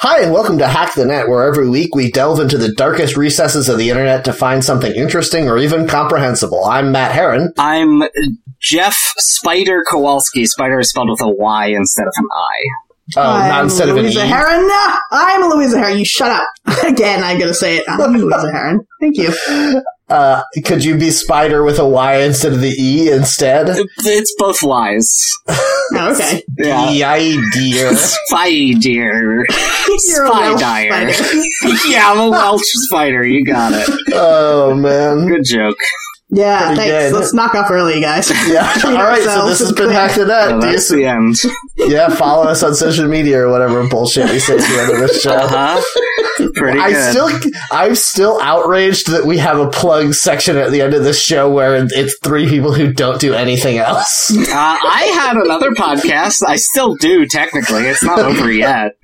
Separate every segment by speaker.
Speaker 1: Hi, and welcome to Hack the Net, where every week we delve into the darkest recesses of the internet to find something interesting or even comprehensible. I'm Matt Heron.
Speaker 2: I'm Jeff Spider Kowalski. Spider is spelled with a Y instead of an I.
Speaker 1: Oh, not
Speaker 3: I'm
Speaker 1: instead of an
Speaker 3: Louisa
Speaker 1: E.
Speaker 3: Heron. No, I'm Louisa Heron. You shut up. Again, I'm going to say it. I'm Louisa Heron. Thank you.
Speaker 1: Uh, could you be Spider with a Y instead of the E instead?
Speaker 2: It's both Ys.
Speaker 3: Oh, okay.
Speaker 2: Yeah.
Speaker 1: Yay, dear.
Speaker 2: Spider.
Speaker 3: You're a Welsh
Speaker 2: Spider.
Speaker 3: spider.
Speaker 2: yeah, I'm a Welsh spider. You got it.
Speaker 1: oh, man.
Speaker 2: Good joke.
Speaker 3: Yeah,
Speaker 1: Pretty
Speaker 3: thanks.
Speaker 1: good.
Speaker 3: Let's knock off early, guys.
Speaker 1: Yeah. All right, so this has been Hack the
Speaker 2: Well,
Speaker 1: Net. Do you
Speaker 2: that's the end.
Speaker 1: yeah, follow us on social media or whatever bullshit we say at the end of this show.
Speaker 2: Uh huh. Pretty good.
Speaker 1: I still, I'm still outraged that we have a plug section at the end of this show where it's three people who don't do anything else.
Speaker 2: uh, I had another podcast. I still do, technically. It's not over yet.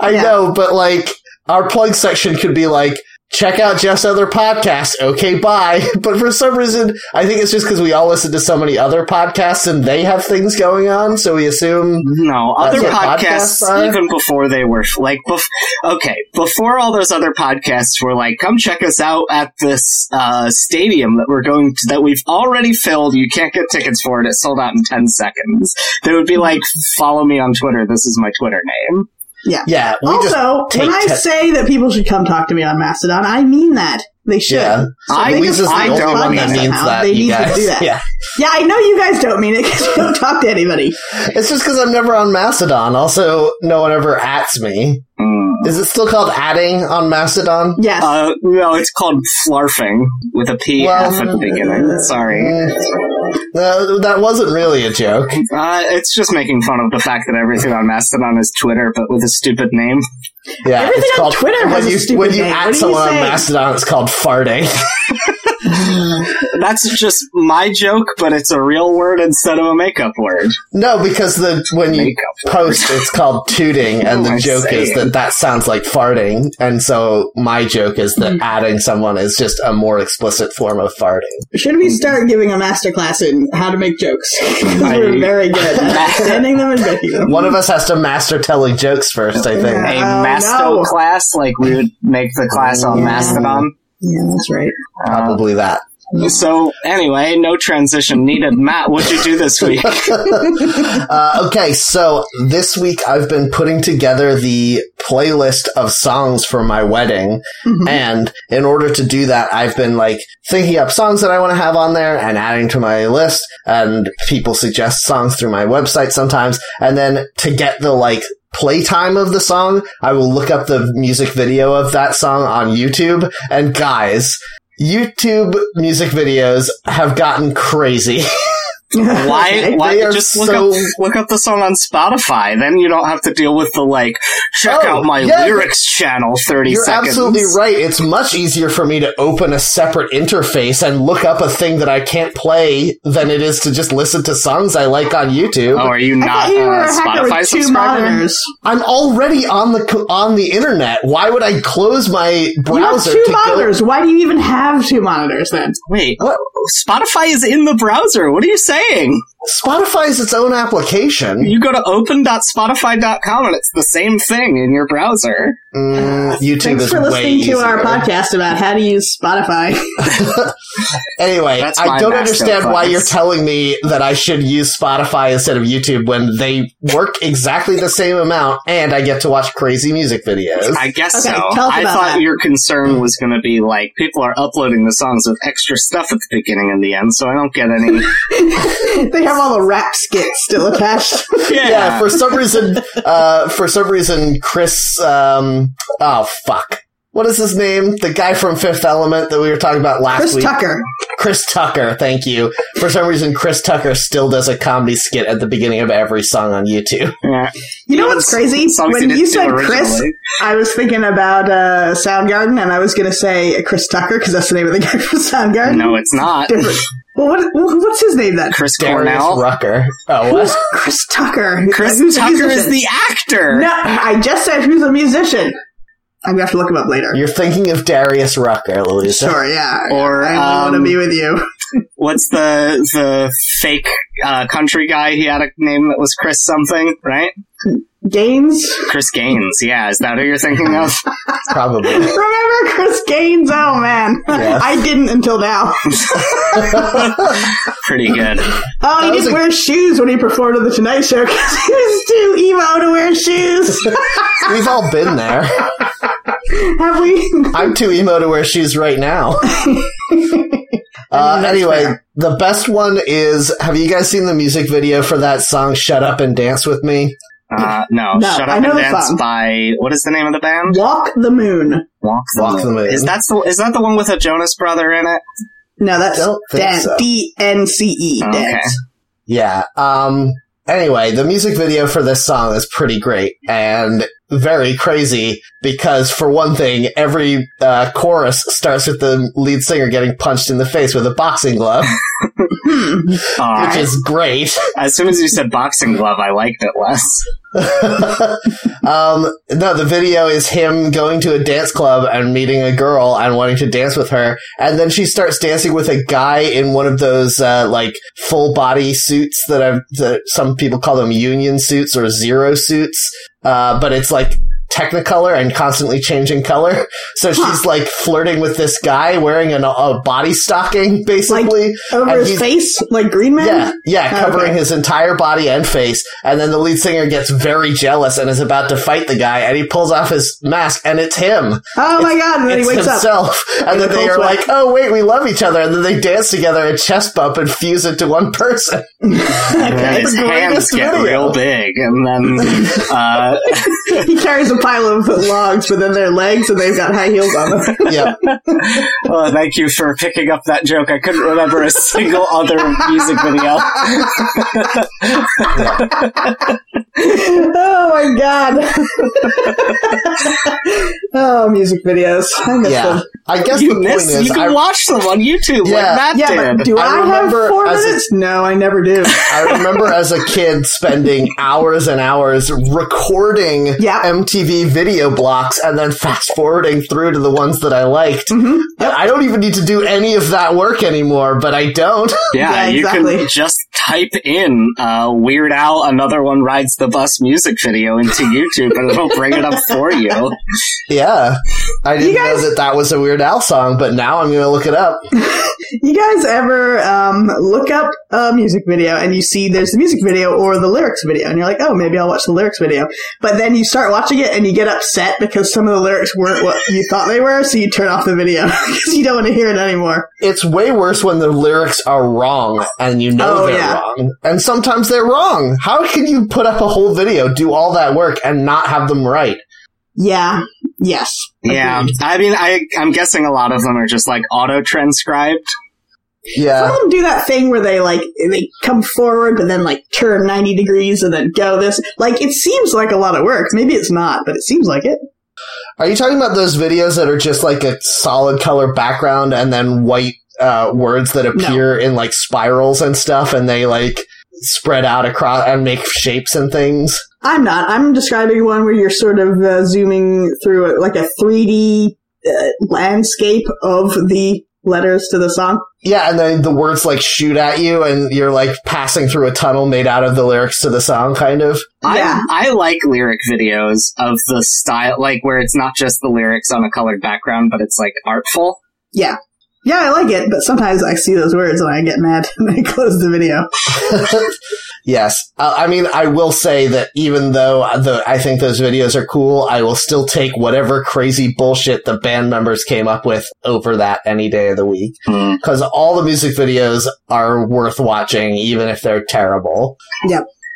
Speaker 1: I
Speaker 3: Yeah.
Speaker 1: know, but like our plug section could be like, check out Jeff's other podcast. Okay, bye. But for some reason, I think it's just because we all listen to so many other podcasts and they have things going on, so we assume.
Speaker 2: No,
Speaker 1: That's
Speaker 2: other
Speaker 1: what podcasts
Speaker 2: podcasts,
Speaker 1: are?
Speaker 2: even before they were like, bef- okay, before all those other podcasts were like, come check us out at this uh, stadium that we're going to, that we've already filled. You can't get tickets for it. It sold out in 10 seconds. They would be like, follow me on Twitter. This is my Twitter name.
Speaker 1: Yeah, we just
Speaker 3: also,
Speaker 1: take
Speaker 3: when I
Speaker 1: te-
Speaker 3: say that people should come talk to me on Mastodon, I mean that. They should.
Speaker 1: Yeah.
Speaker 3: Yeah,
Speaker 2: I,
Speaker 3: they
Speaker 1: Lisa's
Speaker 3: just-
Speaker 1: the
Speaker 2: I
Speaker 1: only
Speaker 2: don't
Speaker 1: one
Speaker 2: mean
Speaker 1: that
Speaker 3: that
Speaker 2: it.
Speaker 1: means
Speaker 3: now.
Speaker 1: that.
Speaker 3: They
Speaker 1: you
Speaker 3: need to
Speaker 1: guys.
Speaker 3: do that.
Speaker 1: Yeah,
Speaker 3: I know you guys don't mean it because you don't talk to anybody.
Speaker 1: it's just because I'm never on Mastodon. Also, no one ever ats me.
Speaker 2: Mm.
Speaker 1: Is it still called adding on Mastodon?
Speaker 3: Yes.
Speaker 2: Uh, no, it's called flarfing with a P
Speaker 1: Well, uh,
Speaker 2: F at the beginning. Sorry.
Speaker 1: Mm. No, that wasn't really a joke.
Speaker 2: Uh, it's just making fun of the fact that everything on Mastodon is Twitter, but with a stupid name.
Speaker 1: Yeah,
Speaker 3: Everything on Twitter
Speaker 1: when
Speaker 3: has a
Speaker 1: you
Speaker 3: stupid
Speaker 1: when you
Speaker 3: name.
Speaker 1: at
Speaker 3: What are you
Speaker 1: someone on
Speaker 3: saying?
Speaker 1: Mastodon, it's called farting.
Speaker 2: That's just my joke, but it's a real word instead of a makeup word.
Speaker 1: no, because the when you
Speaker 2: Makeup word.
Speaker 1: post, it's called tooting, and
Speaker 3: Oh,
Speaker 2: What am
Speaker 1: the
Speaker 2: I
Speaker 1: joke is
Speaker 2: saying?
Speaker 1: that that sounds like farting, and so my joke is
Speaker 3: Hmm.
Speaker 1: that adding someone is just a more explicit form of farting.
Speaker 3: Should we start giving a masterclass in how to make jokes? 'Cause
Speaker 2: I-
Speaker 3: we're very good at sending them and making them.
Speaker 1: One of us has to master telling jokes first, I
Speaker 2: A
Speaker 1: think.
Speaker 3: Yeah.
Speaker 2: masto
Speaker 3: no.
Speaker 2: class, like we would make the class on
Speaker 3: Yeah.
Speaker 2: Mastodon.
Speaker 3: Yeah, that's right.
Speaker 2: Uh,
Speaker 1: Probably that.
Speaker 2: so anyway, no transition needed. Matt, what'd you do this week?
Speaker 1: Uh, okay, so this week I've been putting together the playlist of songs for my wedding.
Speaker 3: Mhm.
Speaker 1: And in order to do that, I've been like thinking up songs that I want to have on there and adding to my list. And people suggest songs through my website sometimes. And then to get the like playtime of the song, I will look up the music video of that song on YouTube. And guys, YouTube music videos have gotten crazy.
Speaker 2: Why? Why?
Speaker 1: They are
Speaker 2: Just look
Speaker 1: so-
Speaker 2: up look up the song on Spotify. Then you don't have to deal with the like. Check
Speaker 1: Oh,
Speaker 2: out my
Speaker 1: yeah,
Speaker 2: lyrics channel. 30
Speaker 1: You're
Speaker 2: seconds.
Speaker 1: absolutely right. It's much easier for me to open a separate interface and look up a thing that I can't play than it is to just listen to songs I like on YouTube.
Speaker 2: Oh, are you
Speaker 3: I
Speaker 2: not
Speaker 3: thought you
Speaker 2: uh,
Speaker 3: were a hacker
Speaker 2: Spotify
Speaker 3: with two
Speaker 2: subscriber?
Speaker 3: monitors.
Speaker 1: I'm already on the co- on the internet. Why would I close my
Speaker 3: You have
Speaker 1: browser
Speaker 3: two
Speaker 1: to go?
Speaker 3: monitors. Why do you even have two monitors then?
Speaker 2: Wait, what? Spotify is in the browser. What are you saying?
Speaker 1: Spotify is its own application.
Speaker 2: You go to open.spotify.com and it's the same thing in your browser.
Speaker 1: Mm, YouTube
Speaker 3: Thanks
Speaker 1: is
Speaker 3: for
Speaker 1: way
Speaker 3: listening
Speaker 1: easier.
Speaker 3: to our podcast about how to use Spotify.
Speaker 1: Anyway,
Speaker 2: That's
Speaker 1: I
Speaker 2: my
Speaker 1: don't
Speaker 2: master
Speaker 1: understand why
Speaker 2: class.
Speaker 1: you're telling me that I should use Spotify instead of YouTube when they work exactly the same amount and I get to watch crazy music videos.
Speaker 2: I guess
Speaker 3: Okay,
Speaker 2: so.
Speaker 3: tell us
Speaker 2: I
Speaker 3: about
Speaker 2: thought
Speaker 3: that.
Speaker 2: your concern was going to be like people are uploading the songs with extra stuff at the beginning and the end, so I don't get any.
Speaker 3: they have all the rap skits still attached.
Speaker 2: yeah.
Speaker 1: yeah, for some reason, uh, for some reason, Chris, um, oh fuck. What is his name? The guy from Fifth Element that we were talking about last
Speaker 3: Chris
Speaker 1: week.
Speaker 3: Tucker.
Speaker 1: Chris Tucker, thank you. For some reason, Chris Tucker still does a comedy skit at the beginning of every song on YouTube.
Speaker 2: yeah.
Speaker 3: You know
Speaker 2: Even
Speaker 3: what's crazy?
Speaker 2: songs
Speaker 3: When
Speaker 2: didn't
Speaker 3: you
Speaker 2: do
Speaker 3: said Chris,
Speaker 2: originally.
Speaker 3: I was thinking about uh, Soundgarden, and I was going to say Chris Tucker because that's the name of the guy from Soundgarden.
Speaker 2: No, it's not.
Speaker 3: Different. Well, what, what's his name then?
Speaker 2: Chris
Speaker 1: Darius
Speaker 2: Cornell.
Speaker 1: Rucker. Oh,
Speaker 3: Who's
Speaker 1: what?
Speaker 3: Chris Tucker?
Speaker 2: Chris
Speaker 3: Who's a
Speaker 2: Tucker is
Speaker 3: musician?
Speaker 2: the actor.
Speaker 3: No, I just said who's a musician. I'm gonna have to look him up later.
Speaker 1: You're thinking of Darius Rucker, Louisa.
Speaker 3: sure, yeah.
Speaker 2: Or
Speaker 3: I want to
Speaker 2: um,
Speaker 3: be with you.
Speaker 2: what's the the fake uh, country guy? He had a name that was Chris something, right?
Speaker 3: Gaines?
Speaker 2: Chris Gaines. Yeah, is that who you're thinking of?
Speaker 1: Probably.
Speaker 3: Remember Chris Gaines? Oh man,
Speaker 1: Yeah.
Speaker 3: I didn't until now.
Speaker 2: Pretty good.
Speaker 3: Oh,
Speaker 1: That
Speaker 3: he
Speaker 1: was
Speaker 3: didn't
Speaker 1: a-
Speaker 3: wear shoes when he performed on the Tonight Show because he was too emo to wear shoes.
Speaker 1: We've all been there.
Speaker 3: Have we?
Speaker 1: I'm too emo to wear shoes right now. Uh,
Speaker 3: that's
Speaker 1: anyway,
Speaker 3: fair.
Speaker 1: the best one is Have you guys seen the music video for that song, Shut Up and Dance with Me?
Speaker 2: Uh, no,
Speaker 3: No,
Speaker 2: Shut
Speaker 3: I
Speaker 2: Up
Speaker 3: know
Speaker 2: and
Speaker 3: the
Speaker 2: Dance
Speaker 3: song.
Speaker 2: by what is the name of the band?
Speaker 3: Walk the moon.
Speaker 2: Walk the
Speaker 1: Walk the Moon.
Speaker 2: Is that the is that the one with a Jonas brother in it?
Speaker 3: No, that's
Speaker 1: Don't think
Speaker 3: dance.
Speaker 1: so.
Speaker 3: D N C E.
Speaker 2: Okay.
Speaker 3: Dance.
Speaker 1: Yeah. Um, anyway, the music video for this song is pretty great and very crazy because, for one thing, every uh, chorus starts with the lead singer getting punched in the face with a boxing glove,
Speaker 3: Hmm.
Speaker 2: Aw,
Speaker 1: which is great.
Speaker 2: as soon as you said boxing glove, I liked it less.
Speaker 1: um, no, the video is him going to a dance club and meeting a girl and wanting to dance with her. And then she starts dancing with a guy in one of those, uh, like full body suits that I've, that some people call them union suits or zero suits. Uh, but it's like technicolor and constantly changing color. So she's like flirting with this guy wearing an, a body stocking, basically.
Speaker 3: Over
Speaker 1: And
Speaker 3: his
Speaker 1: he's-
Speaker 3: face, like Green Man.
Speaker 1: Yeah, yeah,
Speaker 3: Oh,
Speaker 1: covering
Speaker 3: okay.
Speaker 1: his entire body and face. And then the lead singer gets very jealous and is about to fight the guy, and he pulls off his mask, and it's him.
Speaker 3: Oh my god! And then he
Speaker 1: it's
Speaker 3: wakes up.
Speaker 1: himself. And
Speaker 3: In
Speaker 1: then
Speaker 3: the
Speaker 1: they
Speaker 3: cold
Speaker 1: are
Speaker 3: sweat.
Speaker 1: like, oh, wait, we love each other. And then they dance together and chest bump and fuse into one person.
Speaker 2: And then his
Speaker 1: the
Speaker 2: hands
Speaker 1: greatest
Speaker 2: get
Speaker 1: video.
Speaker 2: real big, and then uh,
Speaker 3: He carries a pile of logs, but then their legs, and they've got high heels on them.
Speaker 1: yep.
Speaker 2: oh, thank you for picking up that joke. I couldn't remember a single other music video.
Speaker 3: oh my god! oh, music videos. I miss
Speaker 1: Yeah.
Speaker 3: them.
Speaker 1: I guess the
Speaker 2: You
Speaker 1: point
Speaker 2: missed.
Speaker 1: is,
Speaker 2: You
Speaker 1: I,
Speaker 2: can watch them on YouTube
Speaker 1: Yeah.
Speaker 2: like that
Speaker 3: Yeah,
Speaker 2: did.
Speaker 3: but do
Speaker 1: I
Speaker 3: I, have
Speaker 1: remember
Speaker 3: four
Speaker 1: as a-
Speaker 3: minutes? no, I never do.
Speaker 1: I remember as a kid spending hours and hours recording
Speaker 3: Yeah.
Speaker 1: MTV video blocks and then fast forwarding through to the ones that I liked.
Speaker 3: Mhm.
Speaker 1: I don't even need to do any of that work anymore, but I don't.
Speaker 2: Yeah,
Speaker 3: Yeah,
Speaker 2: you
Speaker 3: exactly.
Speaker 2: can just type in uh, Weird Al Another One Rides the Bus music video into YouTube and it'll bring it up for you.
Speaker 1: yeah. I didn't
Speaker 3: guys-
Speaker 1: know that that was a Weird Al song, but now I'm going to look it up.
Speaker 3: You guys ever um, look up a music video and you see there's the music video or the lyrics video, and you're like, oh, maybe I'll watch the lyrics video. But then you start watching it and you get upset because some of the lyrics weren't what you thought they were, so you turn off the video because you don't want to hear it anymore.
Speaker 1: It's way worse when the lyrics are wrong and you know
Speaker 3: Oh,
Speaker 1: they're
Speaker 3: yeah.
Speaker 1: wrong. And sometimes they're wrong. How can you put up a whole video, do all that work, and not have them right?
Speaker 3: Yeah. Yes.
Speaker 2: Yeah,
Speaker 3: Agreed.
Speaker 2: I mean, I, I'm guessing a lot of them are just like auto transcribed.
Speaker 1: Yeah.
Speaker 3: Some of them do that thing where they like they come forward but then like turn ninety degrees and then go this. Like it seems like a lot of work. Maybe it's not, but it seems like it.
Speaker 1: Are you talking about those videos that are just like a solid color background and then white uh, words that appear in like spirals and stuff and they like spread out across and make shapes and things?
Speaker 3: I'm not. I'm describing one where you're sort of uh, zooming through a, like a 3D uh, landscape of the letters to the song.
Speaker 1: Yeah, and then the words like shoot at you and you're like passing through a tunnel made out of the lyrics to the song, kind of.
Speaker 3: Yeah.
Speaker 2: I, I like lyric videos of the style, like where it's not just the lyrics on a colored background, but it's like artful.
Speaker 3: Yeah, I like it, but sometimes I see those words and I get mad and I close the video.
Speaker 1: yes. Uh, I mean, I will say that even though the, I think those videos are cool, I will still take whatever crazy bullshit the band members came up with over that any day of the week. because all the music videos are worth watching, even if they're terrible.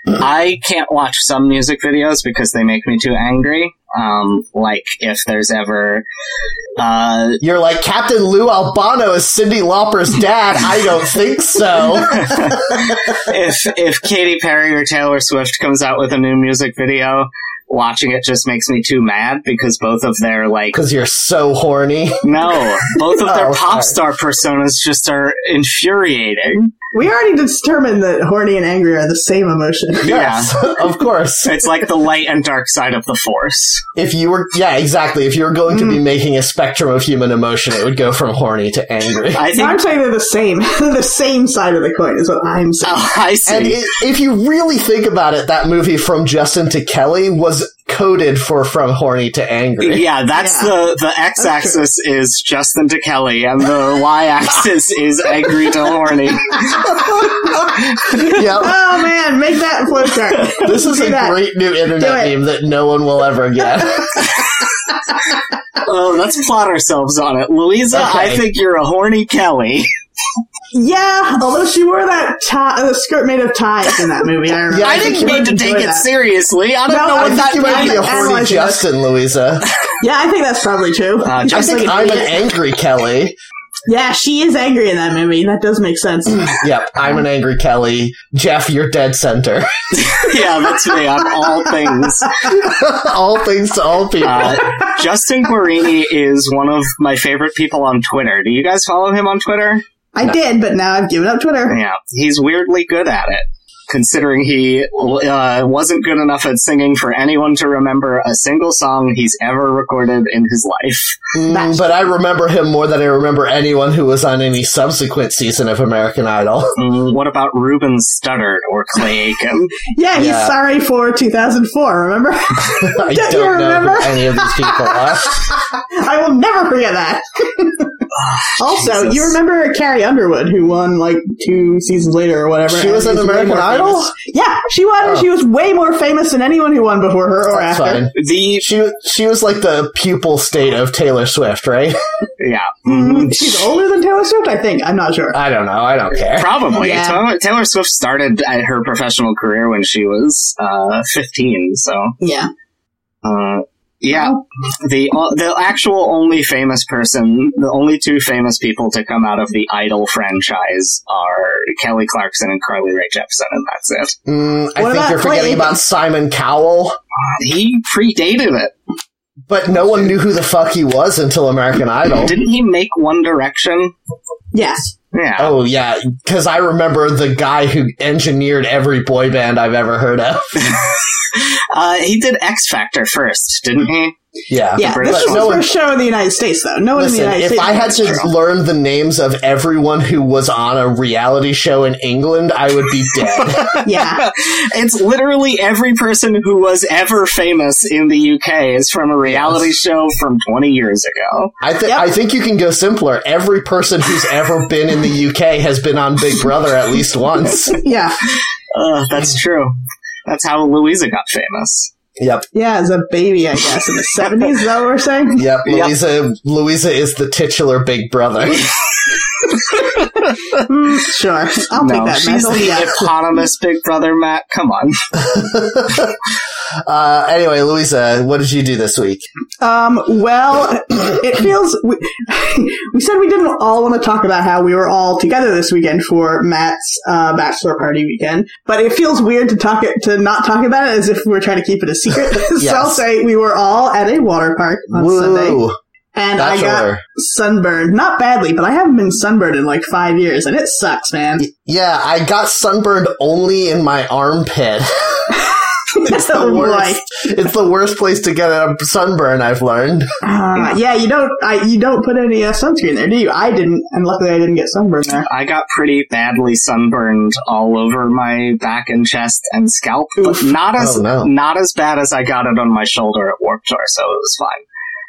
Speaker 2: I can't watch some music videos because they make me too angry. Um, like if there's ever, uh,
Speaker 1: You're like Captain Lou Albano is Cindy Lauper's dad. I don't think so.
Speaker 2: if if Katy Perry or Taylor Swift comes out with a new music video, watching it just makes me too mad because both of their like
Speaker 1: Because you're so horny.
Speaker 2: no, both of their
Speaker 1: Oh,
Speaker 2: pop
Speaker 1: sorry.
Speaker 2: star personas just are infuriating.
Speaker 3: We already determined that horny and angry are the same emotion.
Speaker 1: Yes, of course.
Speaker 2: It's like the light and dark side of the force.
Speaker 1: If you were, yeah, exactly. If you were going to
Speaker 3: Mm.
Speaker 1: be making a spectrum of human emotion, it would go from horny to angry.
Speaker 2: I think.
Speaker 3: I'm saying they're the same. They're the same side of the coin is what I'm saying.
Speaker 2: Oh, I
Speaker 1: And
Speaker 2: see.
Speaker 1: i if you really think about it, that movie from Justin to Kelly was coded for from horny to angry.
Speaker 2: yeah, that's
Speaker 3: Yeah.
Speaker 2: the the x axis is Justin to Kelly, and the y axis is angry to horny.
Speaker 1: yep.
Speaker 3: Oh man, make that flowchart.
Speaker 1: This is
Speaker 3: Do
Speaker 1: a
Speaker 3: that.
Speaker 1: great new
Speaker 3: Do
Speaker 1: internet
Speaker 3: it.
Speaker 1: meme that no one will ever get.
Speaker 2: Oh, let's plot ourselves on it, Louisa. I
Speaker 1: Okay.
Speaker 2: think you're a horny Kelly.
Speaker 3: Yeah, although she wore that tie, the skirt made of ties in that movie. I remember.
Speaker 1: Yeah, I
Speaker 2: I, didn't
Speaker 1: think
Speaker 2: mean to
Speaker 3: enjoy
Speaker 2: take it
Speaker 3: that.
Speaker 2: seriously. I don't
Speaker 3: No,
Speaker 2: know
Speaker 3: I
Speaker 2: what
Speaker 1: I
Speaker 2: that
Speaker 1: think you might be a
Speaker 3: I'm
Speaker 1: horny
Speaker 3: analyzing this.
Speaker 1: Justin, Louisa.
Speaker 3: Yeah, I think that's probably true.
Speaker 2: Uh,
Speaker 1: I
Speaker 2: just
Speaker 1: think
Speaker 2: like
Speaker 1: I'm an
Speaker 2: idiot.
Speaker 1: angry Kelly.
Speaker 3: yeah, she is angry in that movie. That does make sense.
Speaker 1: Yep, I'm an angry Kelly. Jeff, you're dead center.
Speaker 2: yeah, that's me. I'm all things.
Speaker 1: all things to all people.
Speaker 3: Ah,
Speaker 2: Uh, Justin Guarini is one of my favorite people on Twitter. Do you guys follow him on Twitter?
Speaker 3: I did, but now I've given up Twitter.
Speaker 1: Mm.
Speaker 2: Yeah, he's weirdly good at it. Considering he uh, wasn't good enough at singing for anyone to remember a single song he's ever recorded in his life.
Speaker 1: Mm, but I remember him more than I remember anyone who was on any subsequent season of American Idol.
Speaker 2: Mm, What about Ruben Studdard or Clay Aiken?
Speaker 3: Yeah, he's
Speaker 1: Yeah.
Speaker 3: sorry for 2004. Remember?
Speaker 1: I
Speaker 3: Don't
Speaker 1: don't,
Speaker 3: you
Speaker 1: know
Speaker 3: remember?
Speaker 1: who any of these people are.
Speaker 3: I will never forget that.
Speaker 1: Ah,
Speaker 3: also,
Speaker 2: Jesus.
Speaker 3: you remember Carrie Underwood, who won like two seasons later or whatever.
Speaker 1: She was
Speaker 3: and
Speaker 1: on
Speaker 3: is way
Speaker 1: American
Speaker 3: more
Speaker 1: Idol?
Speaker 3: famous. Yeah, she won. and
Speaker 1: Oh.
Speaker 3: She was way more famous than anyone who won before her or
Speaker 1: That's
Speaker 3: after.
Speaker 1: fine.
Speaker 2: The
Speaker 1: She she was like the pupil state of Taylor Swift, right?
Speaker 2: yeah, mm.
Speaker 3: Mhm. She's older than Taylor Swift, I think. I'm not sure.
Speaker 1: I don't know. I don't care.
Speaker 2: Probably.
Speaker 3: Yeah.
Speaker 2: Taylor, Taylor Swift started at her professional career when she was uh, 15, so.
Speaker 3: Yeah.
Speaker 2: Uh, yeah, the uh, the actual only famous person, the only two famous people to come out of the Idol franchise are Kelly Clarkson and Carly Rae Jepsen, and that's it.
Speaker 1: Mm, I
Speaker 3: What
Speaker 1: think
Speaker 3: about
Speaker 1: you're
Speaker 3: Clay
Speaker 1: forgetting
Speaker 3: Aiken?
Speaker 1: about Simon Cowell,
Speaker 2: He predated it.
Speaker 1: but no one knew who the fuck he was until American Idol.
Speaker 2: Didn't he make One Direction?
Speaker 3: Yes.
Speaker 2: Yeah.
Speaker 1: Oh yeah, because I remember the guy who engineered every boy band I've ever heard of.
Speaker 2: Uh, he did X Factor first, didn't he?
Speaker 1: Yeah,
Speaker 3: Yeah.
Speaker 2: British
Speaker 3: This was
Speaker 1: one.
Speaker 3: the
Speaker 1: No
Speaker 3: first show in the United States, though. No one in the
Speaker 1: Listen,
Speaker 3: United
Speaker 1: if
Speaker 3: States.
Speaker 1: I had to learn the names of everyone who was on a reality show in England, I would be dead.
Speaker 3: yeah.
Speaker 2: It's literally every person who was ever famous in the UK is from a reality show from 20 years ago.
Speaker 1: I think
Speaker 3: Yep.
Speaker 1: I think you can go simpler. Every person who's ever been in the UK has been on Big Brother at least once.
Speaker 3: Yeah.
Speaker 2: Uh, that's
Speaker 3: Mm.
Speaker 2: true. That's how Louisa got famous.
Speaker 1: Yep,
Speaker 3: Yeah, as a baby, I guess, in the 70s, is that what we're saying?
Speaker 1: yep.
Speaker 2: Yep.
Speaker 1: Louisa Louisa is the titular Big Brother.
Speaker 3: Mm, sure. I'll take
Speaker 2: no,
Speaker 3: that.
Speaker 2: she's
Speaker 3: Matt.
Speaker 2: the
Speaker 3: Yeah.
Speaker 2: eponymous Big Brother Matt. Come on.
Speaker 1: Uh, anyway, Louisa, what did you do this week?
Speaker 3: Um, well, it feels we, we said we didn't all want to talk about how we were all together this weekend for Matt's uh, bachelor party weekend, but it feels weird to talk it to not talk about it as if we are trying to keep it a secret. So I'll say we were all at a water park on Sunday,
Speaker 1: Woo,
Speaker 3: and I got
Speaker 1: bachelor.
Speaker 3: sunburned, not badly, but I haven't been sunburned in like five years, and it sucks, man.
Speaker 1: Yeah, I got sunburned only in my armpit.
Speaker 3: That's
Speaker 1: the worst. It's the worst place to get a sunburn. I've learned.
Speaker 3: Uh, yeah, you don't. I, you don't put any uh, sunscreen there, do you? I didn't, and luckily I didn't get sunburned there.
Speaker 2: I got pretty badly sunburned all over my back and chest and scalp, but not as
Speaker 1: Oh, no.
Speaker 2: not as bad as I got it on my shoulder at Warped Tour, so it was fine.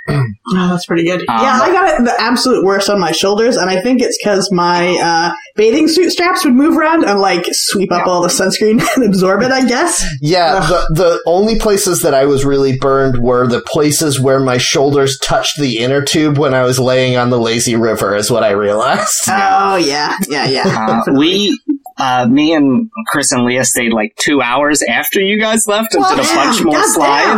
Speaker 3: Oh, that's pretty good.
Speaker 2: Um,
Speaker 3: yeah, I got it the absolute worst on my shoulders, and I think it's because my uh, bathing suit straps would move around and like sweep up all the sunscreen and absorb it. I guess.
Speaker 1: Yeah, the the only places that I was really burned were the places where my shoulders touched the inner tube when I was laying on the lazy river. Is what I realized.
Speaker 3: Oh yeah, yeah, yeah.
Speaker 2: Uh, we. Uh, me and Chris and Leah stayed like two hours after you guys left and
Speaker 3: Well,
Speaker 2: did a bunch
Speaker 3: damn,
Speaker 2: more
Speaker 3: goddamn.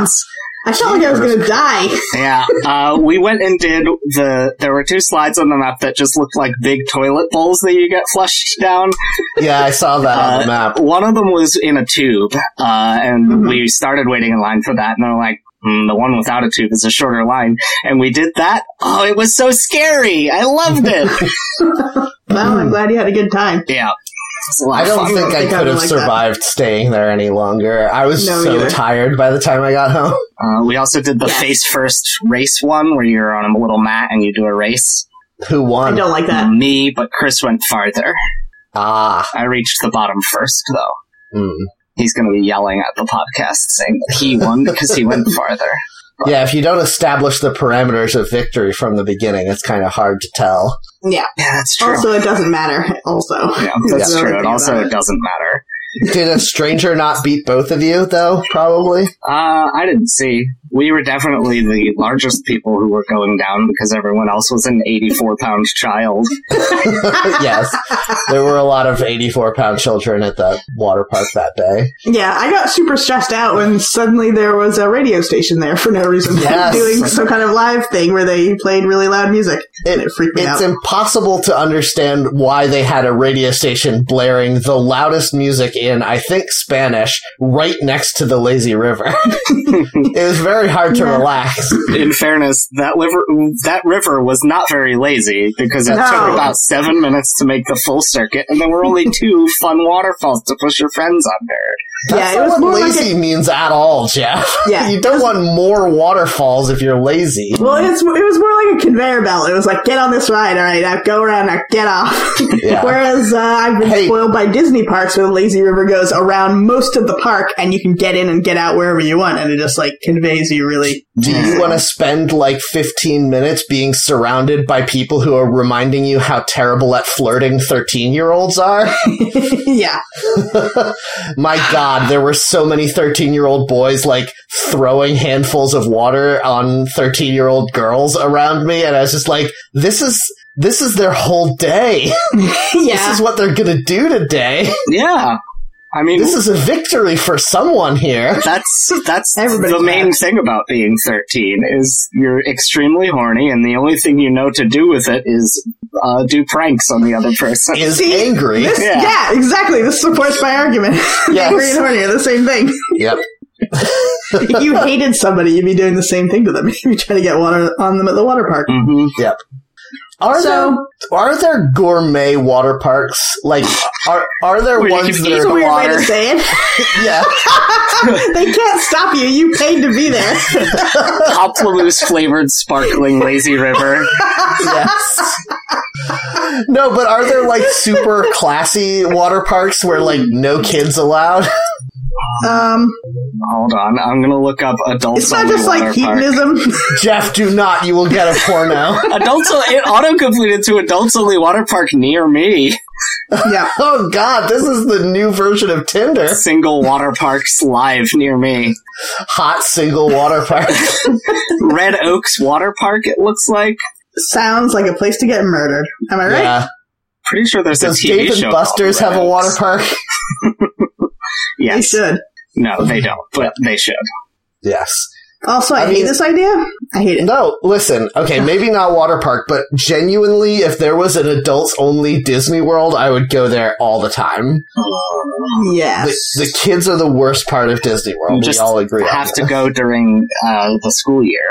Speaker 2: slides.
Speaker 3: I felt like I was gonna die.
Speaker 2: Yeah, uh, we went and did the. There were two slides on the map that just looked like big toilet bowls that you get flushed down.
Speaker 1: yeah, I saw that on the map.
Speaker 2: One of them was in a tube, uh, and
Speaker 3: Mhm.
Speaker 2: we started waiting in line for that, and they're like, "Hmm, "The one without a tube is a shorter line," and we did that. Oh, it was so scary! I loved it.
Speaker 1: Hmm.
Speaker 3: Well, I'm glad you had a good time.
Speaker 2: yeah. was a lot
Speaker 1: I
Speaker 2: of
Speaker 1: don't
Speaker 2: fun.
Speaker 1: think I
Speaker 3: think I
Speaker 1: could
Speaker 3: would
Speaker 1: have
Speaker 3: like that.
Speaker 1: survived staying there any longer. I was
Speaker 3: No,
Speaker 1: so
Speaker 3: either.
Speaker 1: tired by the time I got home.
Speaker 2: Uh, we also did the face first race one where you're on a little mat and you do a race. Um,
Speaker 1: Who
Speaker 3: I
Speaker 1: won?
Speaker 3: don't like that.
Speaker 2: Me, but Chris went farther.
Speaker 1: Ah,
Speaker 2: I reached the bottom first, though.
Speaker 1: mm.
Speaker 2: He's going to be yelling at the podcast saying that he won because he went farther.
Speaker 1: yeah. If you don't establish the parameters of victory from the beginning, it's kind of hard to tell.
Speaker 3: Yeah.
Speaker 2: Yeah, that's true.
Speaker 3: Also, it doesn't matter. Also,
Speaker 2: yeah, that's true.
Speaker 3: Yeah. Think
Speaker 2: And
Speaker 3: about
Speaker 2: also,
Speaker 3: it.
Speaker 2: it doesn't matter.
Speaker 1: Did a stranger not beat both of you though? Probably.
Speaker 2: Uh, I didn't see. We were definitely the largest people who were going down because everyone else was an 84 pound child.
Speaker 1: yes, there were a lot of eighty-four pound children at that water park that day.
Speaker 3: yeah, I got super stressed out when suddenly there was a radio station there for no reason
Speaker 1: Yes.
Speaker 3: doing some kind of live thing where they played really loud music.
Speaker 1: It-
Speaker 3: and it freaked me
Speaker 1: It's
Speaker 3: out.
Speaker 1: impossible to understand why they had a radio station blaring the loudest music in, I think, Spanish, right next to the lazy river. it was very hard to
Speaker 3: Yeah.
Speaker 1: relax.
Speaker 2: In fairness, that river, that river was not very lazy because it
Speaker 3: No.
Speaker 2: took about seven minutes to make the full circuit, and there were only two fun waterfalls to push your friends under.
Speaker 1: That's
Speaker 3: Yeah,
Speaker 1: not
Speaker 3: it was
Speaker 1: what
Speaker 3: more like
Speaker 1: lazy means at all, Jeff.
Speaker 3: Yeah.
Speaker 1: you don't want more waterfalls if you're lazy.
Speaker 3: well, it's, it was more like a conveyor belt. It was like, get on this ride, all right, now go around, now get off.
Speaker 1: Yeah.
Speaker 3: Whereas uh, I've been
Speaker 1: Hey.
Speaker 3: spoiled by Disney parks where the lazy river goes around most of the park and you can get in and get out wherever you want and it just like conveys you really.
Speaker 1: Do you want to spend like 15 minutes being surrounded by people who are reminding you how terrible at flirting 13 year olds are?
Speaker 3: yeah.
Speaker 1: My God, there were so many 13 year old boys like throwing handfuls of water on 13 year old girls around me. And I was just like, this is, this is their whole day. This
Speaker 3: yeah.
Speaker 1: is what they're going to do today.
Speaker 2: Yeah. I mean,
Speaker 1: This is a victory for someone here.
Speaker 2: that's that's
Speaker 3: Everybody's
Speaker 2: the main
Speaker 3: mad.
Speaker 2: thing about being 13 is you're extremely horny and the only thing you know to do with it is uh, do pranks on the other person
Speaker 1: Is
Speaker 3: See,
Speaker 1: angry.
Speaker 3: This,
Speaker 2: Yeah.
Speaker 3: yeah. exactly. This supports my argument.
Speaker 1: Yes.
Speaker 3: Angry and horny are the same thing.
Speaker 1: yep.
Speaker 3: If you hated somebody, you'd be doing the same thing to them. You'd be trying to get water on them at the water park.
Speaker 2: hmm
Speaker 1: Are there
Speaker 3: So,
Speaker 1: are there gourmet water parks? Like are are there
Speaker 2: Where you
Speaker 1: ones
Speaker 2: can
Speaker 1: that
Speaker 2: eat
Speaker 3: it's a
Speaker 1: are
Speaker 3: weird way
Speaker 2: water.
Speaker 3: to say it.
Speaker 1: yeah?
Speaker 3: they can't stop you. You paid to be there.
Speaker 2: Hopaloose flavored sparkling lazy river
Speaker 1: yes. No, but are there like super classy water parks where like no kids allowed?
Speaker 3: Um,
Speaker 2: hold on i'm gonna look up adults
Speaker 3: it's not
Speaker 2: only
Speaker 3: just
Speaker 2: water
Speaker 3: like hedonism.
Speaker 1: Jeff, do not. You will get a porno.
Speaker 2: park. adults o- it auto completed to adults only water park near me
Speaker 3: yeah.
Speaker 1: Oh God, this is the new version of Tinder.
Speaker 2: single water parks live near me
Speaker 1: Hot single water park.
Speaker 2: red oaks water park it looks like
Speaker 3: Sounds like a place to get murdered. Am I right?
Speaker 1: Yeah.
Speaker 2: pretty sure there's
Speaker 1: Does
Speaker 2: a tv
Speaker 1: Dave
Speaker 2: show
Speaker 1: and Buster's
Speaker 2: called
Speaker 1: have a
Speaker 2: Red
Speaker 1: water
Speaker 2: Oaks.
Speaker 1: park?
Speaker 3: They
Speaker 2: yes
Speaker 3: should.
Speaker 2: no they don't but they should
Speaker 1: Yes.
Speaker 3: Also, I,
Speaker 1: I
Speaker 3: hate
Speaker 1: mean-
Speaker 3: this idea. I hate it.
Speaker 1: No, listen. Okay, maybe not water park, but genuinely, if there was an adults only Disney World, I would go there all the time.
Speaker 3: Yes.
Speaker 1: The, the kids are the worst part of Disney
Speaker 2: You
Speaker 1: World.
Speaker 2: just
Speaker 1: we all agree. on
Speaker 2: have to
Speaker 1: this.
Speaker 2: go during uh, the school year.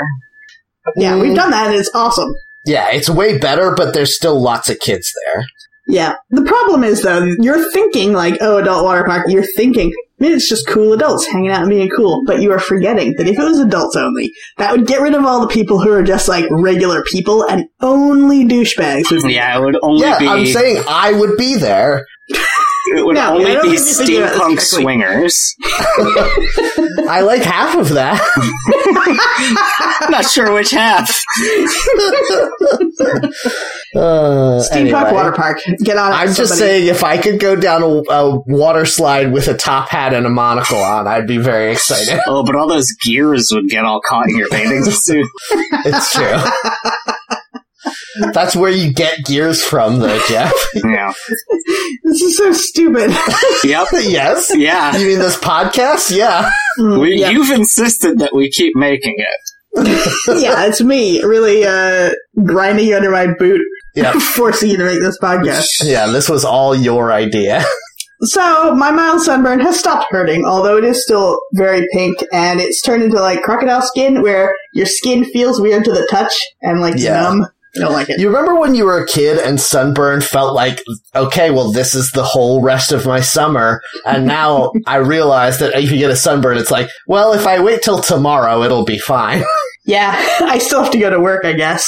Speaker 3: yeah,
Speaker 1: Mm.
Speaker 3: we've done that and it's awesome.
Speaker 1: Yeah, it's way better, but there's still lots of kids there.
Speaker 3: Yeah. The problem is though, you're thinking like, oh, adult water park. You're thinking "Man, it's just cool adults hanging out and being cool, but you are forgetting that if it was adults only, that would get rid of all the people who are just like regular people and only douchebags. would be
Speaker 2: Yeah, it would only
Speaker 1: yeah,
Speaker 2: be
Speaker 1: I'm saying I would be there.
Speaker 2: it would
Speaker 3: No, I
Speaker 2: only
Speaker 3: don't
Speaker 2: be
Speaker 3: think you figure out this
Speaker 2: steampunk
Speaker 3: correctly.
Speaker 2: swingers.
Speaker 1: I like half of that.
Speaker 2: I'm not sure which half.
Speaker 1: uh,
Speaker 3: Steampunk
Speaker 1: anyway.
Speaker 3: water park. Get on. it,
Speaker 1: I'm just
Speaker 3: somebody.
Speaker 1: saying, if I could go down a, a water slide with a top hat and a monocle on, I'd be very excited.
Speaker 2: Oh, but all those gears would get all caught in your bathing suit.
Speaker 1: It's true. That's where you get gears from, though, Jeff.
Speaker 2: Yeah.
Speaker 3: this is so stupid.
Speaker 2: Yep.
Speaker 1: yes.
Speaker 2: Yeah.
Speaker 1: You mean this podcast? Yeah.
Speaker 2: We,
Speaker 3: yeah.
Speaker 2: You've insisted that we keep making it.
Speaker 3: yeah, it's me really uh, grinding you under my boot,
Speaker 1: Yeah.
Speaker 3: forcing you to make this podcast.
Speaker 1: Yeah, this was all your idea.
Speaker 3: So my mild sunburn has stopped hurting, although it is still very pink, and it's turned into like crocodile skin, where your skin feels weird to the touch and like
Speaker 1: Yeah.
Speaker 3: numb. Don't like it.
Speaker 1: You remember when you were a kid and sunburn felt like, okay, well, this is the whole rest of my summer. And now I realize that if you get a sunburn, it's like, well, if I wait till tomorrow, it'll be fine.
Speaker 3: Yeah, I still have to go to work, I guess.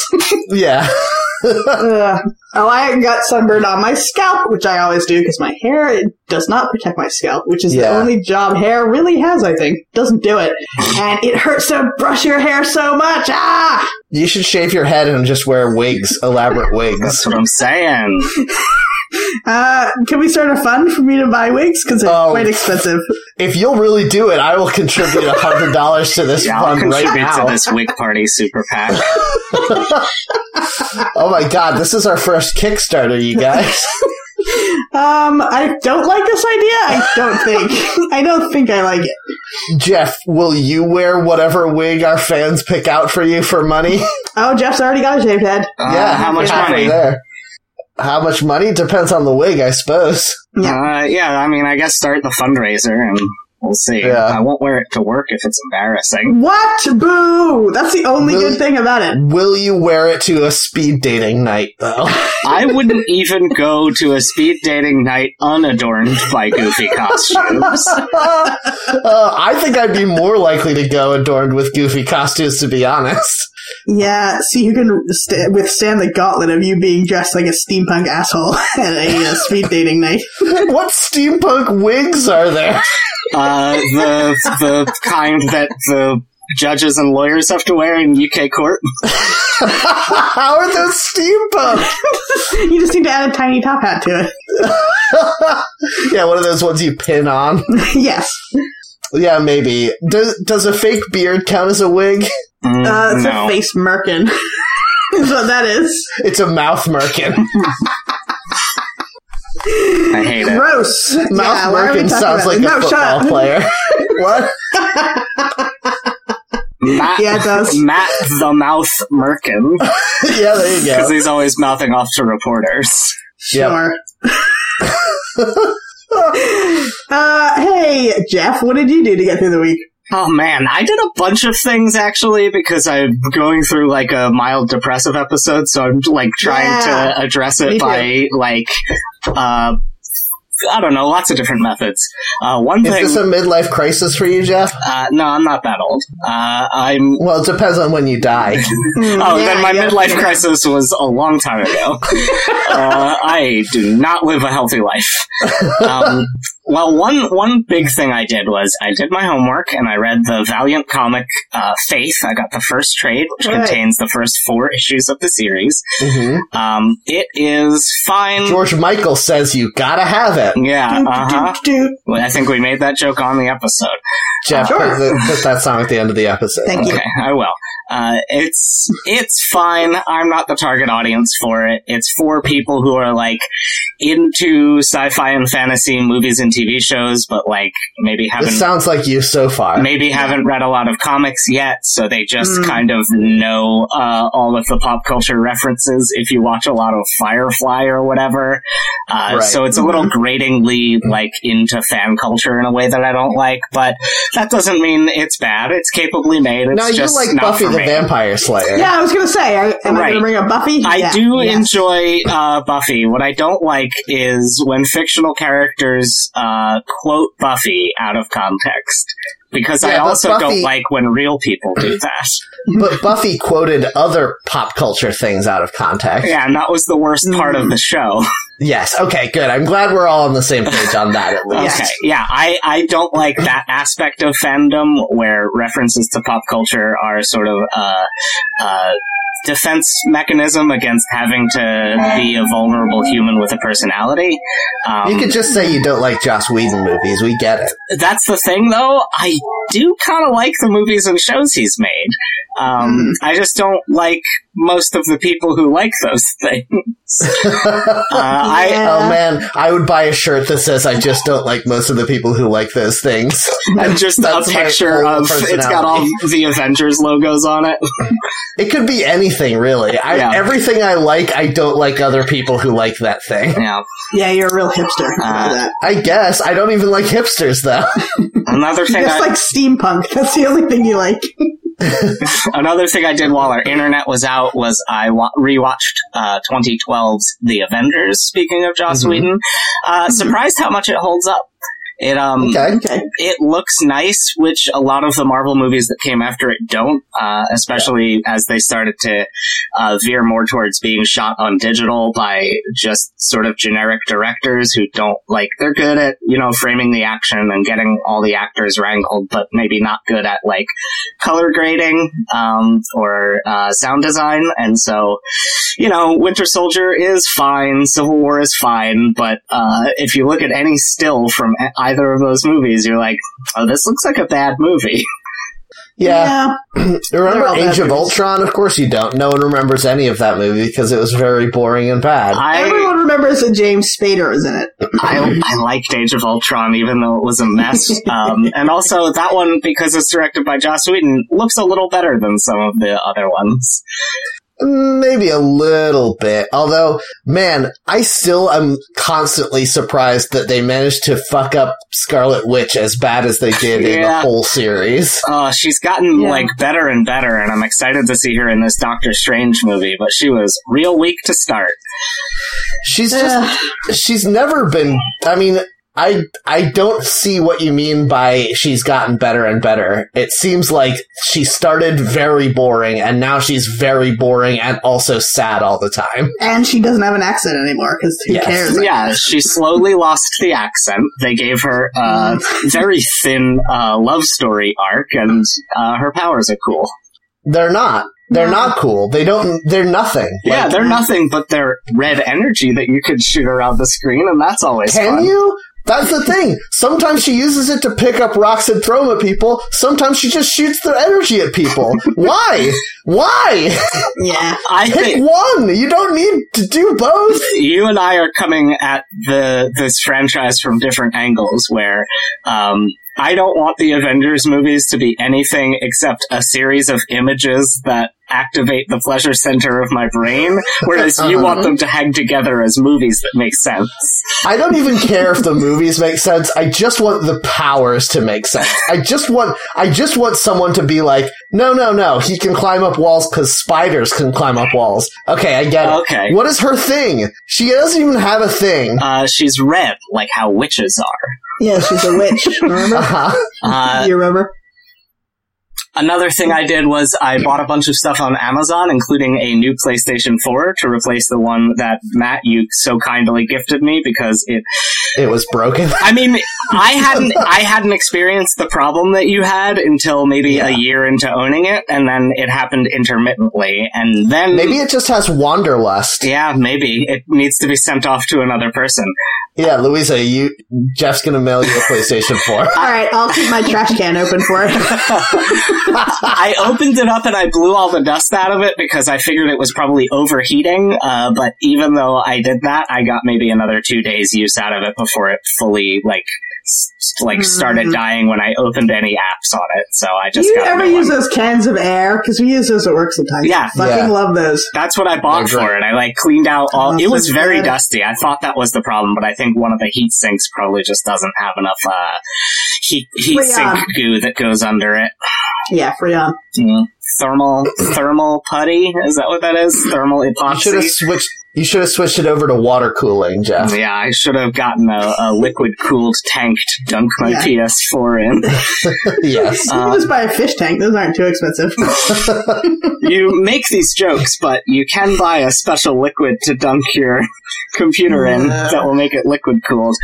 Speaker 1: yeah.
Speaker 3: Ugh. oh, I got sunburned on my scalp, which I always do because my hair it does not protect my scalp, which is
Speaker 1: Yeah.
Speaker 3: the only job hair really has. I think doesn't do it, and it hurts to brush your hair so much. Ah,
Speaker 1: You should shave your head and just wear wigs, elaborate wigs.
Speaker 2: That's what I'm saying.
Speaker 3: uh, can we start a fund for me to buy wigs because it's
Speaker 1: Oh.
Speaker 3: quite expensive?
Speaker 1: If you'll really do it, I will contribute a hundred dollars to this
Speaker 2: Yeah, I'll
Speaker 1: fund right
Speaker 2: contribute
Speaker 1: now.
Speaker 2: to this wig party super pack.
Speaker 1: Oh my god, this is our first Kickstarter, you guys.
Speaker 3: Um, I don't like this idea. I don't think. I don't think I like it.
Speaker 1: Jeff, will you wear whatever wig our fans pick out for you for money?
Speaker 3: Oh, Jeff's already got a shaved head.
Speaker 2: Uh,
Speaker 1: yeah,
Speaker 2: how much
Speaker 1: halfway
Speaker 2: money?
Speaker 1: There. How much money depends on the wig, I suppose.
Speaker 2: Uh, yeah, I mean, I guess start the fundraiser and we'll see.
Speaker 1: Yeah.
Speaker 2: I won't wear it to work if it's embarrassing.
Speaker 3: What? Boo! That's the only good thing about it.
Speaker 1: Will you wear it to a speed dating night, though?
Speaker 2: I wouldn't even go to a speed dating night unadorned by goofy costumes.
Speaker 1: Uh, I think I'd be more likely to go adorned with goofy costumes, to be honest.
Speaker 3: Yeah, see who can st- withstand the gauntlet of you being dressed like a steampunk asshole at a uh, speed dating night.
Speaker 1: What steampunk wigs are there?
Speaker 2: Uh, the the kind that the judges and lawyers have to wear in UK court.
Speaker 1: How are those steampunk?
Speaker 3: You just need to add a tiny top hat to it.
Speaker 1: yeah, one of those ones you pin on.
Speaker 3: yes.
Speaker 2: Mm,
Speaker 1: Yeah, maybe. Does does a fake beard count as a wig?
Speaker 2: Mm,
Speaker 3: Uh, it's
Speaker 2: no.
Speaker 3: a face merkin. is what that is.
Speaker 1: It's a mouth merkin.
Speaker 2: I hate it.
Speaker 3: Gross.
Speaker 1: Mouth
Speaker 3: Yeah, why are we
Speaker 1: merkin
Speaker 3: talking
Speaker 1: sounds
Speaker 3: about
Speaker 1: like
Speaker 3: this?
Speaker 1: a
Speaker 3: no, shut
Speaker 1: football
Speaker 3: up.
Speaker 1: player. what?
Speaker 2: Matt,
Speaker 3: Yeah, it does.
Speaker 2: Matt the Mouth Merkin,
Speaker 1: yeah, there you
Speaker 2: because
Speaker 1: go.
Speaker 2: he's always mouthing off to reporters.
Speaker 1: Yep.
Speaker 3: Sure. uh, hey, Jeff, what did you do to get through the week?
Speaker 2: Oh man, I did a bunch of things actually because I'm going through like a mild depressive episode, so I'm like trying
Speaker 3: Yeah.
Speaker 2: to address
Speaker 3: Me
Speaker 2: it
Speaker 3: too.
Speaker 2: by like, uh, I don't know, lots of different methods. Uh, one
Speaker 1: Is
Speaker 2: thing,
Speaker 1: this a midlife crisis for you, Jeff?
Speaker 2: uh, no, I'm not that old. Uh, I'm.
Speaker 1: Well, it depends on when you die.
Speaker 2: Oh, then my midlife
Speaker 3: crisis.
Speaker 2: crisis was a long time ago. uh, I do not live a healthy life. Um, well, one one big thing I did was I did my homework and I read the Valiant comic uh, Faith. I got the first trade, which
Speaker 3: Right.
Speaker 2: contains the first four issues of the series.
Speaker 1: hmm
Speaker 2: Um, it is fine.
Speaker 1: George Michael says you gotta have it.
Speaker 2: Yeah, uh huh.
Speaker 3: Doot.
Speaker 2: Well, I think we made that joke on the episode.
Speaker 1: Jeff,
Speaker 3: Sure.
Speaker 1: put, the- put that song at the end of the episode.
Speaker 3: Thank you.
Speaker 2: Okay, I will. Uh, it's it's fine. I'm not the target audience for it. It's for people who are like into sci-fi and fantasy movies and TV shows, but like maybe haven't
Speaker 1: This sounds like you so far.
Speaker 2: maybe haven't read a lot of comics yet, so they just
Speaker 3: Mm.
Speaker 2: kind of know uh, all of the pop culture references. If you watch a lot of Firefly or whatever, uh,
Speaker 1: Right. Mm-hmm.
Speaker 2: so it's a little gratingly like into fan culture in a way that I don't like. But that doesn't mean it's bad. It's capably made. It's
Speaker 1: Now you
Speaker 2: just
Speaker 1: like
Speaker 2: not
Speaker 1: Buffy
Speaker 2: for
Speaker 1: the
Speaker 2: me.
Speaker 1: Vampire Slayer.
Speaker 3: Yeah, I was gonna say, I, am I
Speaker 2: Right.
Speaker 3: gonna bring up Buffy?
Speaker 2: I
Speaker 3: Yeah.
Speaker 2: do
Speaker 3: Yeah.
Speaker 2: enjoy uh, Buffy. What I don't like is when fictional characters uh, quote Buffy out of context. Because I
Speaker 1: Yeah, but
Speaker 2: also
Speaker 1: Buffy-
Speaker 2: don't like when real people do that.
Speaker 1: But Buffy quoted other pop culture things out of context.
Speaker 2: Yeah, and that was the worst part of
Speaker 1: Mm.
Speaker 2: the show.
Speaker 1: Yes. Okay, good. I'm glad we're all on the same page on that at
Speaker 2: Okay,
Speaker 1: least.
Speaker 2: yeah, I, I don't like that aspect of fandom where references to pop culture are sort of uh, uh, defense mechanism against having to be a vulnerable human with a personality. Um,
Speaker 1: You could just say you don't like Joss Whedon movies. We get it.
Speaker 2: that's the thing though i do kind of like the movies and shows he's made um,
Speaker 1: Mm-hmm.
Speaker 2: i just don't like most of the people who like those things uh, i
Speaker 3: Yeah.
Speaker 1: Oh man, I would buy a shirt that says I just don't like most of the people who like those things.
Speaker 2: I'm just a
Speaker 1: That's my
Speaker 2: picture
Speaker 1: whole
Speaker 2: of it's got all
Speaker 1: personality.
Speaker 2: the Avengers logos on it.
Speaker 1: It could be anything really. I,
Speaker 2: Yeah.
Speaker 1: Everything I like, I don't like other people who like that thing.
Speaker 2: Yeah.
Speaker 3: Yeah, you're a real
Speaker 2: Uh,
Speaker 3: hipster. About that.
Speaker 1: I guess I don't even like hipsters though.
Speaker 2: Another thing
Speaker 3: Just
Speaker 2: I
Speaker 3: like steampunk. That's the only thing you like.
Speaker 2: Another thing I did while our internet was out was I wa- rewatched uh, 2012's The Avengers. Speaking of Joss
Speaker 1: Mhm.
Speaker 2: Whedon, uh, surprised how much it holds up. It um
Speaker 1: Okay.
Speaker 3: Okay.
Speaker 2: it looks nice, which a lot of the Marvel movies that came after it don't, uh, especially as they started to uh, veer more towards being shot on digital by just sort of generic directors who don't like, they're good at, you know, framing the action and getting all the actors wrangled, but maybe not good at like color grading um, or uh, sound design. And so, you know, Winter Soldier is fine, Civil War is fine, but uh, if you look at any still from e- either of those movies, you're like, oh, this looks like a bad movie.
Speaker 1: Yeah.
Speaker 3: They're
Speaker 1: Remember
Speaker 3: all bad
Speaker 1: Age of
Speaker 3: movies.
Speaker 1: Ultron? Of course you don't. No one remembers any of that movie because it was very boring and bad.
Speaker 2: I,
Speaker 3: Everyone remembers that James Spader is in it.
Speaker 2: I I liked Age of Ultron, even though it was a mess. Um, and also that one, because it's directed by Joss Whedon, looks a little better than some of the other ones.
Speaker 1: Maybe a little bit. Although, man, I still am constantly surprised that they managed to fuck up Scarlet Witch as bad as they did in the
Speaker 2: Yeah.
Speaker 1: whole series.
Speaker 2: Uh, she's gotten
Speaker 3: Yeah.
Speaker 2: like better and better, and I'm excited to see her in this Doctor Strange movie. But she was real weak to start.
Speaker 1: She's just, she's never been, I mean, I, I don't see what you mean by she's gotten better and better. It seems like she started very boring and now she's very boring and also sad all the time.
Speaker 3: And she doesn't have an accent anymore because who
Speaker 1: Yes.
Speaker 3: cares?
Speaker 2: Yeah, she slowly lost the accent. They gave her a very thin uh, love story arc, and uh, her powers are cool.
Speaker 1: They're not. They're
Speaker 3: No.
Speaker 1: not cool. They don't, they're nothing.
Speaker 2: yeah,
Speaker 1: Like,
Speaker 2: they're nothing but their red energy that you could shoot around the screen, and that's always
Speaker 1: Can
Speaker 2: fun.
Speaker 1: you? That's the thing. Sometimes she uses it to pick up rocks and throw them at people. Sometimes she just shoots their energy at people. Why? Why?
Speaker 3: Yeah.
Speaker 2: I
Speaker 1: Pick
Speaker 2: think
Speaker 1: one. You don't need to do both.
Speaker 2: you and I are coming at the this franchise from different angles. Where um, I don't want the Avengers movies to be anything except a series of images that activate the pleasure center of my brain, whereas you want them to hang together as movies that make sense.
Speaker 1: I don't even care if the movies make sense. I just want the powers to make sense. I just want, I just want someone to be like, no, no, no. He can climb up walls because spiders can climb up walls. Okay, I get it.
Speaker 2: Okay.
Speaker 1: What is her thing? She doesn't even have a thing.
Speaker 2: Uh, she's red, like how witches are.
Speaker 3: Yeah, she's a witch. Remember?
Speaker 1: Uh-huh.
Speaker 2: Uh,
Speaker 3: you remember?
Speaker 2: Another thing I did was I bought a bunch of stuff on Amazon, including a new PlayStation 4 to replace the one that Matt, you so kindly gifted me because it,
Speaker 1: It was broken.
Speaker 2: I mean, I hadn't, I hadn't experienced the problem that you had until maybe a year into owning it. And then it happened intermittently. And then
Speaker 1: Maybe it just has wanderlust.
Speaker 2: yeah, maybe it needs to be sent off to another person.
Speaker 1: Yeah, Louisa, you Jeff's gonna mail you a PlayStation 4.
Speaker 3: All right, I'll keep my trash can open for it.
Speaker 2: I opened it up and I blew all the dust out of it because I figured it was probably overheating. Uh, but even though I did that, I got maybe another two days use out of it before it fully like s- like started
Speaker 3: Mm.
Speaker 2: dying when I opened any apps on it. So I
Speaker 3: Do
Speaker 2: just
Speaker 3: you
Speaker 2: got a
Speaker 3: ever
Speaker 2: new
Speaker 3: use
Speaker 2: one.
Speaker 3: those cans of air? Because we use those at work sometimes.
Speaker 2: Yeah.
Speaker 3: Fucking
Speaker 1: Yeah.
Speaker 3: love those.
Speaker 2: That's what I bought
Speaker 1: They're
Speaker 2: for it. I like cleaned out all.
Speaker 3: Oh,
Speaker 2: it was
Speaker 3: so
Speaker 2: very
Speaker 3: good.
Speaker 2: dusty. I thought that was the problem, but I think one of the heat sinks probably just doesn't have enough uh, heat heat
Speaker 3: Freon.
Speaker 2: sink goo that goes under it.
Speaker 3: Yeah, Freon.
Speaker 2: Mm. Thermal thermal putty is that what that is? Thermal
Speaker 1: You should have
Speaker 2: epoxy.
Speaker 1: switched you should have switched it over to water cooling, Jeff.
Speaker 2: Yeah, I should have gotten a, a liquid cooled tank to dunk my
Speaker 3: Yeah.
Speaker 2: PS4 in.
Speaker 1: yes.
Speaker 3: you
Speaker 2: Uh,
Speaker 3: can just buy a fish tank. Those aren't too expensive.
Speaker 2: you make these jokes, but you can buy a special liquid to dunk your computer in
Speaker 3: Yeah.
Speaker 2: that will make it liquid cooled.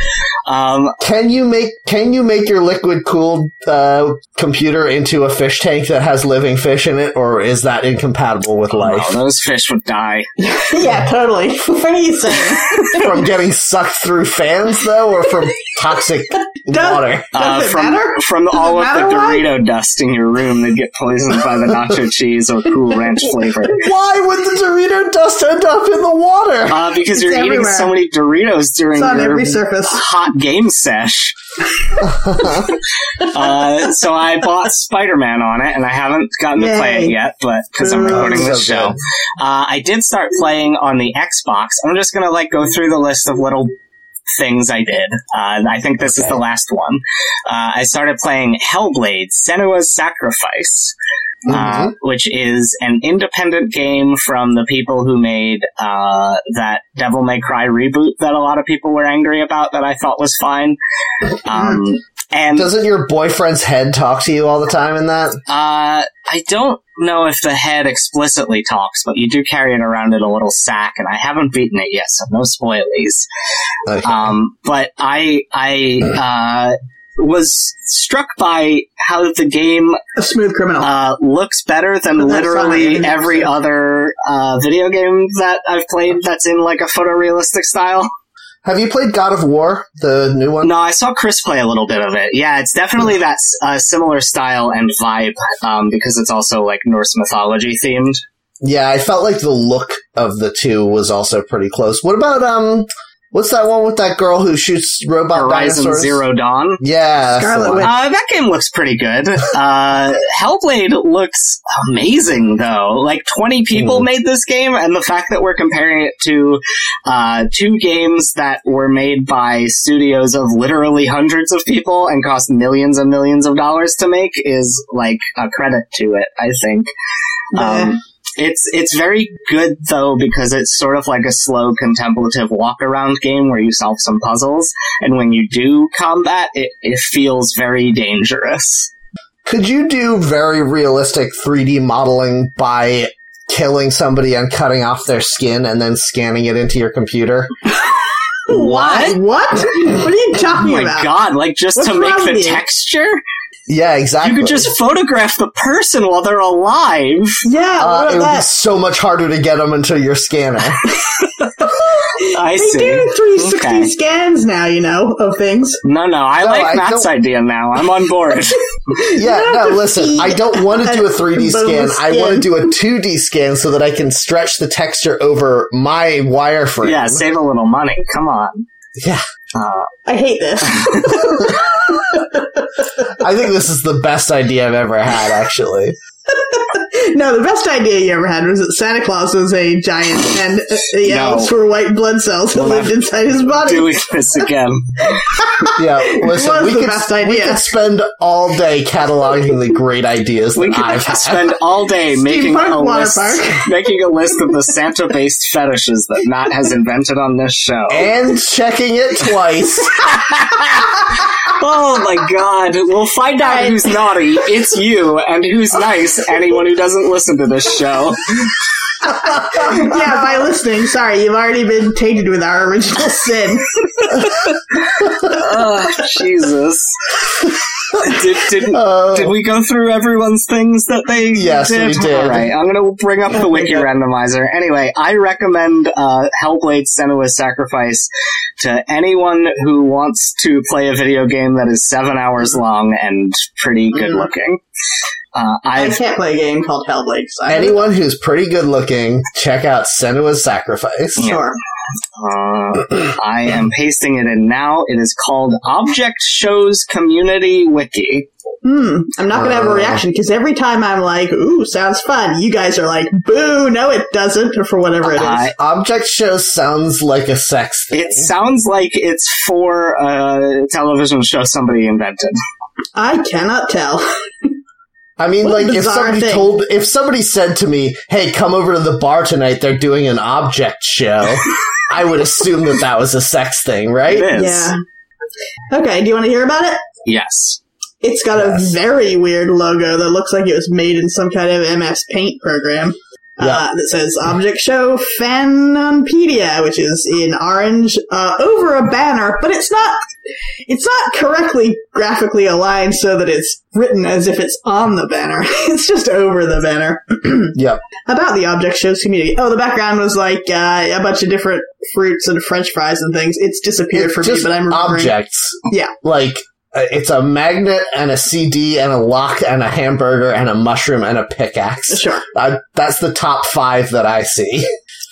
Speaker 2: Um,
Speaker 1: Can you make can you make your liquid cooled uh, computer into a fish tank that has living fish in it, or is that incompatible with
Speaker 2: oh,
Speaker 1: life?
Speaker 2: those fish would die.
Speaker 3: yeah, totally. what are you saying?
Speaker 1: from getting sucked through fans though, or from toxic
Speaker 3: Does-
Speaker 1: water?
Speaker 2: Uh,
Speaker 3: Does it
Speaker 2: from
Speaker 3: matter?
Speaker 2: from
Speaker 3: Does it
Speaker 2: all of the
Speaker 3: matter why?
Speaker 2: Dorito dust in your room, they'd get poisoned by the nacho cheese or Cool Ranch flavor.
Speaker 1: Why would the Dorito dust end up in the water?
Speaker 2: Uh, because
Speaker 3: It's
Speaker 2: you're eating
Speaker 3: everywhere.
Speaker 2: so many Doritos during
Speaker 3: It's on
Speaker 2: your
Speaker 3: every surface.
Speaker 2: hot game sesh. uh, so I bought Spider Man on it, and I haven't gotten to play it
Speaker 3: Yay.
Speaker 2: yet, but because I'm
Speaker 3: Ooh.
Speaker 2: recording
Speaker 1: So
Speaker 2: this show,
Speaker 1: good.
Speaker 2: uh, I did start playing on the Xbox. I'm just gonna like go through the list of little things I did. Uh, I think this is the last one. Uh, I started playing Hellblade: Senua's Sacrifice. uh, which is an independent game from the people who made uh, that Devil May Cry reboot that a lot of people were angry about that I thought was fine. Um, and
Speaker 1: Doesn't your boyfriend's head talk to you all the time in that?
Speaker 2: uh, I don't know if the head explicitly talks, but you do carry it around in a little sack, and I haven't beaten it yet, so no spoilies.
Speaker 1: Okay.
Speaker 2: Um, but I, I, uh, was struck by how the game
Speaker 3: A smooth criminal.
Speaker 2: uh, looks better than
Speaker 3: But that's
Speaker 2: literally
Speaker 3: not it.
Speaker 2: every other uh, video game that I've played that's in like a photorealistic style.
Speaker 1: Have you played God of War, the new one?
Speaker 2: No, I saw Chris play a little bit of it. Yeah, it's definitely that s- uh, similar style and vibe um, because it's also like Norse mythology themed.
Speaker 1: Yeah, I felt like the look of the two was also pretty close. What about um, what's that one with that girl who shoots robot
Speaker 2: Horizon
Speaker 1: dinosaurs?
Speaker 2: Zero Dawn.
Speaker 1: Yeah, that's the
Speaker 3: Scarlet
Speaker 1: one.
Speaker 3: Witch.
Speaker 2: Uh, that game looks pretty good. Uh, Hellblade looks amazing, though. Like, 20 people
Speaker 1: Mm.
Speaker 2: made this game, and the fact that we're comparing it to uh, two games that were made by studios of literally hundreds of people and cost millions and millions of dollars to make is, like, a credit to it, I think.
Speaker 3: Yeah.
Speaker 2: Um, it's it's very good though because it's sort of like a slow contemplative walk around game where you solve some puzzles, and when you do combat, it, it feels very dangerous.
Speaker 1: Could you do very realistic 3D modeling by killing somebody and cutting off their skin and then scanning it into your computer?
Speaker 3: what? What? what are you
Speaker 2: Oh
Speaker 3: talking
Speaker 2: my
Speaker 3: about?
Speaker 2: god! Like just
Speaker 3: What's
Speaker 2: to make
Speaker 3: wrong
Speaker 2: the
Speaker 3: with you?
Speaker 2: texture,
Speaker 1: Yeah, exactly.
Speaker 2: you could just photograph the person while they're alive.
Speaker 3: Yeah,
Speaker 1: Uh,
Speaker 3: what
Speaker 1: it would
Speaker 3: about
Speaker 1: be so much harder to get them into your scanner.
Speaker 3: that?
Speaker 2: I
Speaker 3: they
Speaker 2: see.
Speaker 3: do 360
Speaker 2: Okay.
Speaker 3: scans now, you know, of things.
Speaker 2: No, no, I
Speaker 1: No,
Speaker 2: like
Speaker 1: I
Speaker 2: Matt's
Speaker 1: don't-
Speaker 2: idea now. I'm on board.
Speaker 1: yeah,
Speaker 3: You
Speaker 1: no,
Speaker 3: have to
Speaker 1: listen,
Speaker 3: feed
Speaker 1: I don't want to do a 3D scan.
Speaker 3: boneless
Speaker 1: I want to
Speaker 3: skin.
Speaker 1: do a 2D scan so that I can stretch the texture over my wireframe.
Speaker 2: yeah, save a little money. Come on.
Speaker 1: Yeah.
Speaker 2: Uh,
Speaker 3: I hate this.
Speaker 1: I think this is the best idea I've ever had, actually.
Speaker 3: no, the best idea you ever had was that Santa Claus was a giant, and uh, the
Speaker 2: No.
Speaker 3: elves were white blood cells that
Speaker 2: Well,
Speaker 3: lived
Speaker 2: I'm
Speaker 3: inside his body.
Speaker 2: doing this again.
Speaker 1: Yeah, listen,
Speaker 3: was
Speaker 1: we
Speaker 3: the
Speaker 1: could,
Speaker 3: best
Speaker 1: we
Speaker 3: idea.
Speaker 1: could spend all day cataloging the great ideas
Speaker 2: We
Speaker 1: that
Speaker 2: could
Speaker 1: I've had.
Speaker 2: spend all day making
Speaker 3: Park,
Speaker 2: a
Speaker 3: Water
Speaker 2: list,
Speaker 3: Park.
Speaker 2: making a list of the Santa-based fetishes that Matt has invented on this show.
Speaker 1: and checking it twice.
Speaker 2: Oh my God! We'll find out who's naughty. It's you, and who's nice. Anyone who doesn't listen to this show.
Speaker 3: yeah, by listening, sorry, you've already been tainted with our original sin.
Speaker 2: Oh Jesus! Did, did,
Speaker 1: Oh.
Speaker 2: did we go through everyone's things that they
Speaker 1: Yes,
Speaker 2: did?
Speaker 1: we did.
Speaker 2: All right, I'm going to bring up the wiki randomizer. Anyway, I recommend uh, Hellblade: Senua's Sacrifice to anyone who wants to play a video game that is seven hours long and pretty good looking. Uh,
Speaker 3: I
Speaker 2: I've
Speaker 3: can't play a game called Hellblade. So I-
Speaker 1: Anyone who's pretty good looking, check out Senua's Sacrifice.
Speaker 3: Sure.
Speaker 2: uh, I am pasting it in now. It is called Object Shows Community Wiki.
Speaker 3: Hmm. I'm not gonna have a reaction because every time I'm like, "Ooh, sounds fun," you guys are like, "Boo, no, it doesn't," or for whatever it is.
Speaker 2: Uh,
Speaker 1: Object show sounds like a sex thing.
Speaker 2: It sounds like it's for a television show somebody invented.
Speaker 3: I cannot tell.
Speaker 1: I mean,
Speaker 3: What a
Speaker 1: like if
Speaker 3: bizarre
Speaker 1: somebody
Speaker 3: thing.
Speaker 1: told, if somebody said to me, "Hey, come over to the bar tonight. They're doing an object show." I would assume that that was a sex thing,
Speaker 2: It
Speaker 1: right?
Speaker 2: is.
Speaker 3: Yeah. Okay. Do you want to hear about it?
Speaker 2: Yes.
Speaker 3: It's got
Speaker 1: Yes.
Speaker 3: a very weird logo that looks like it was made in some kind of MS Paint program.
Speaker 1: Yeah.
Speaker 3: Uh, that says Object Show Fanonpedia, which is in orange uh, over a banner, but it's not. It's not correctly graphically aligned so that it's written as if it's on the banner. it's just over the banner.
Speaker 1: Yep.
Speaker 3: About the object shows community. Oh, the background was like uh, a bunch of different fruits and French fries and things. It's disappeared
Speaker 1: It's
Speaker 3: for me,
Speaker 1: just
Speaker 3: but I'm remembering.
Speaker 1: objects.
Speaker 3: Yeah.
Speaker 1: like uh, it's a magnet and a CD and a lock and a hamburger and a mushroom and a pickaxe.
Speaker 3: Sure.
Speaker 1: Uh, that's the top five that I see.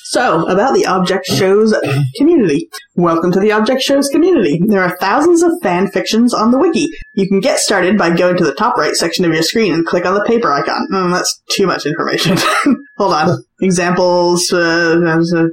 Speaker 3: So, about the Object Shows community. Welcome to the Object Shows community. There are thousands of fan fictions on the wiki. You can get started by going to the top right section of your screen and click on the paper icon. Mm, that's too much information. Hold on. Examples, uh,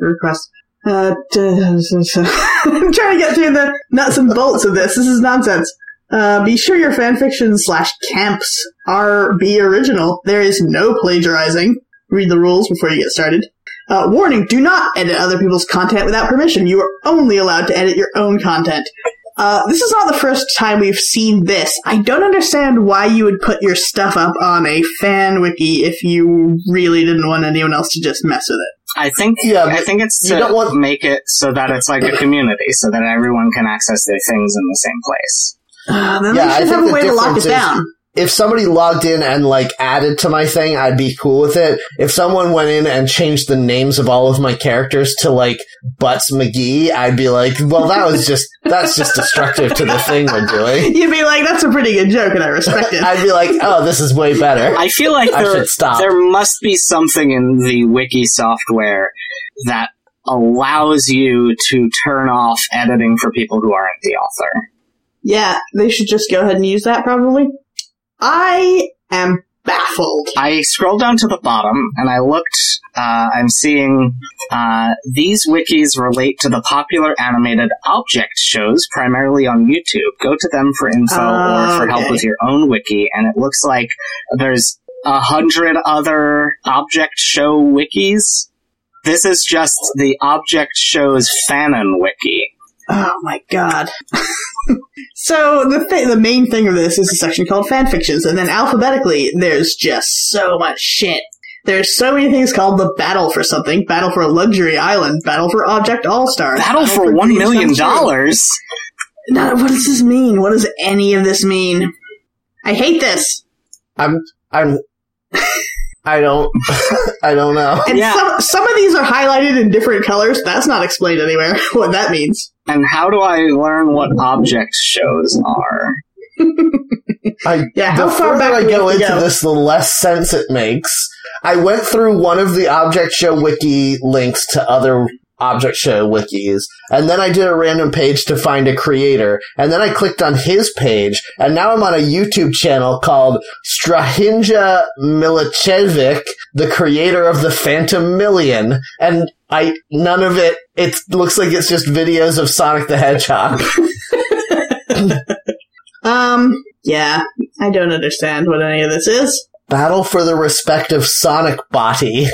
Speaker 3: requests. Uh, I'm trying to get through the nuts and bolts of this. This is nonsense. Uh, be sure your fanfiction slash camps are be original. There is no plagiarizing. Read the rules before you get started. Uh, warning, do not edit other people's content without permission. You are only allowed to edit your own content. Uh, this is not the first time we've seen this. I don't understand why you would put your stuff up on a fan wiki if you really didn't want anyone else to just mess with it.
Speaker 2: I think
Speaker 1: Yeah,
Speaker 2: I
Speaker 1: but
Speaker 2: think it's
Speaker 1: you
Speaker 2: to
Speaker 1: don't want-
Speaker 2: make it so that it's like a community, so that everyone can access their things in the same place.
Speaker 3: Uh, then
Speaker 1: Yeah,
Speaker 3: they
Speaker 1: I
Speaker 3: should
Speaker 1: think
Speaker 3: have a
Speaker 1: the
Speaker 3: way to lock
Speaker 1: difference
Speaker 3: it
Speaker 1: is-
Speaker 3: down.
Speaker 1: If somebody logged in and like added to my thing, I'd be cool with it. If someone went in and changed the names of all of my characters to like Butts McGee, I'd be like, well, that was just, that's just destructive to the thing we're doing.
Speaker 3: You'd be like, that's a pretty good joke and I respect it.
Speaker 1: I'd be like, oh, this is way better.
Speaker 2: I feel like
Speaker 1: I
Speaker 2: there
Speaker 1: should stop.
Speaker 2: there must be something in the wiki software that allows you to turn off editing for people who aren't the author.
Speaker 3: yeah, they should just go ahead and use that probably. I am baffled.
Speaker 2: I scrolled down to the bottom and I looked. Uh, I'm seeing uh, these wikis relate to the popular animated object shows, primarily on YouTube. Go to them for info
Speaker 3: Oh,
Speaker 2: or for help
Speaker 3: okay.
Speaker 2: with your own wiki. And it looks like there's a hundred other object show wikis. This is just the object shows fanon wiki.
Speaker 3: Oh my god. so the th- the main thing of this is a section called fanfictions, and then alphabetically, there's just so much shit. There's so many things called the battle for something, battle for a luxury island, battle for object all star,
Speaker 2: Battle for one million dollars.
Speaker 3: No, what does this mean? What does any of this mean? I hate this.
Speaker 1: I'm, I'm, I don't, I don't know.
Speaker 3: And
Speaker 2: Yeah.
Speaker 3: some some of these are highlighted in different colors. That's not explained anywhere what that means.
Speaker 2: And how do I learn what object shows are?
Speaker 1: I
Speaker 3: Yeah,
Speaker 1: the
Speaker 3: how far
Speaker 1: further
Speaker 3: back
Speaker 1: I
Speaker 3: do we
Speaker 1: go
Speaker 3: have to
Speaker 1: into
Speaker 3: go?
Speaker 1: this, the less sense it makes. I went through one of the Object Show wiki links to other Object Show wikis, and then I did a random page to find a creator, and then I clicked on his page, and now I'm on a YouTube channel called Strahinja Milicevic, the creator of the Phantom Million, and I none of it. It looks like it's just videos of Sonic the Hedgehog.
Speaker 3: Um, yeah, I don't understand what any of this is.
Speaker 1: Battle for the respective Sonic body.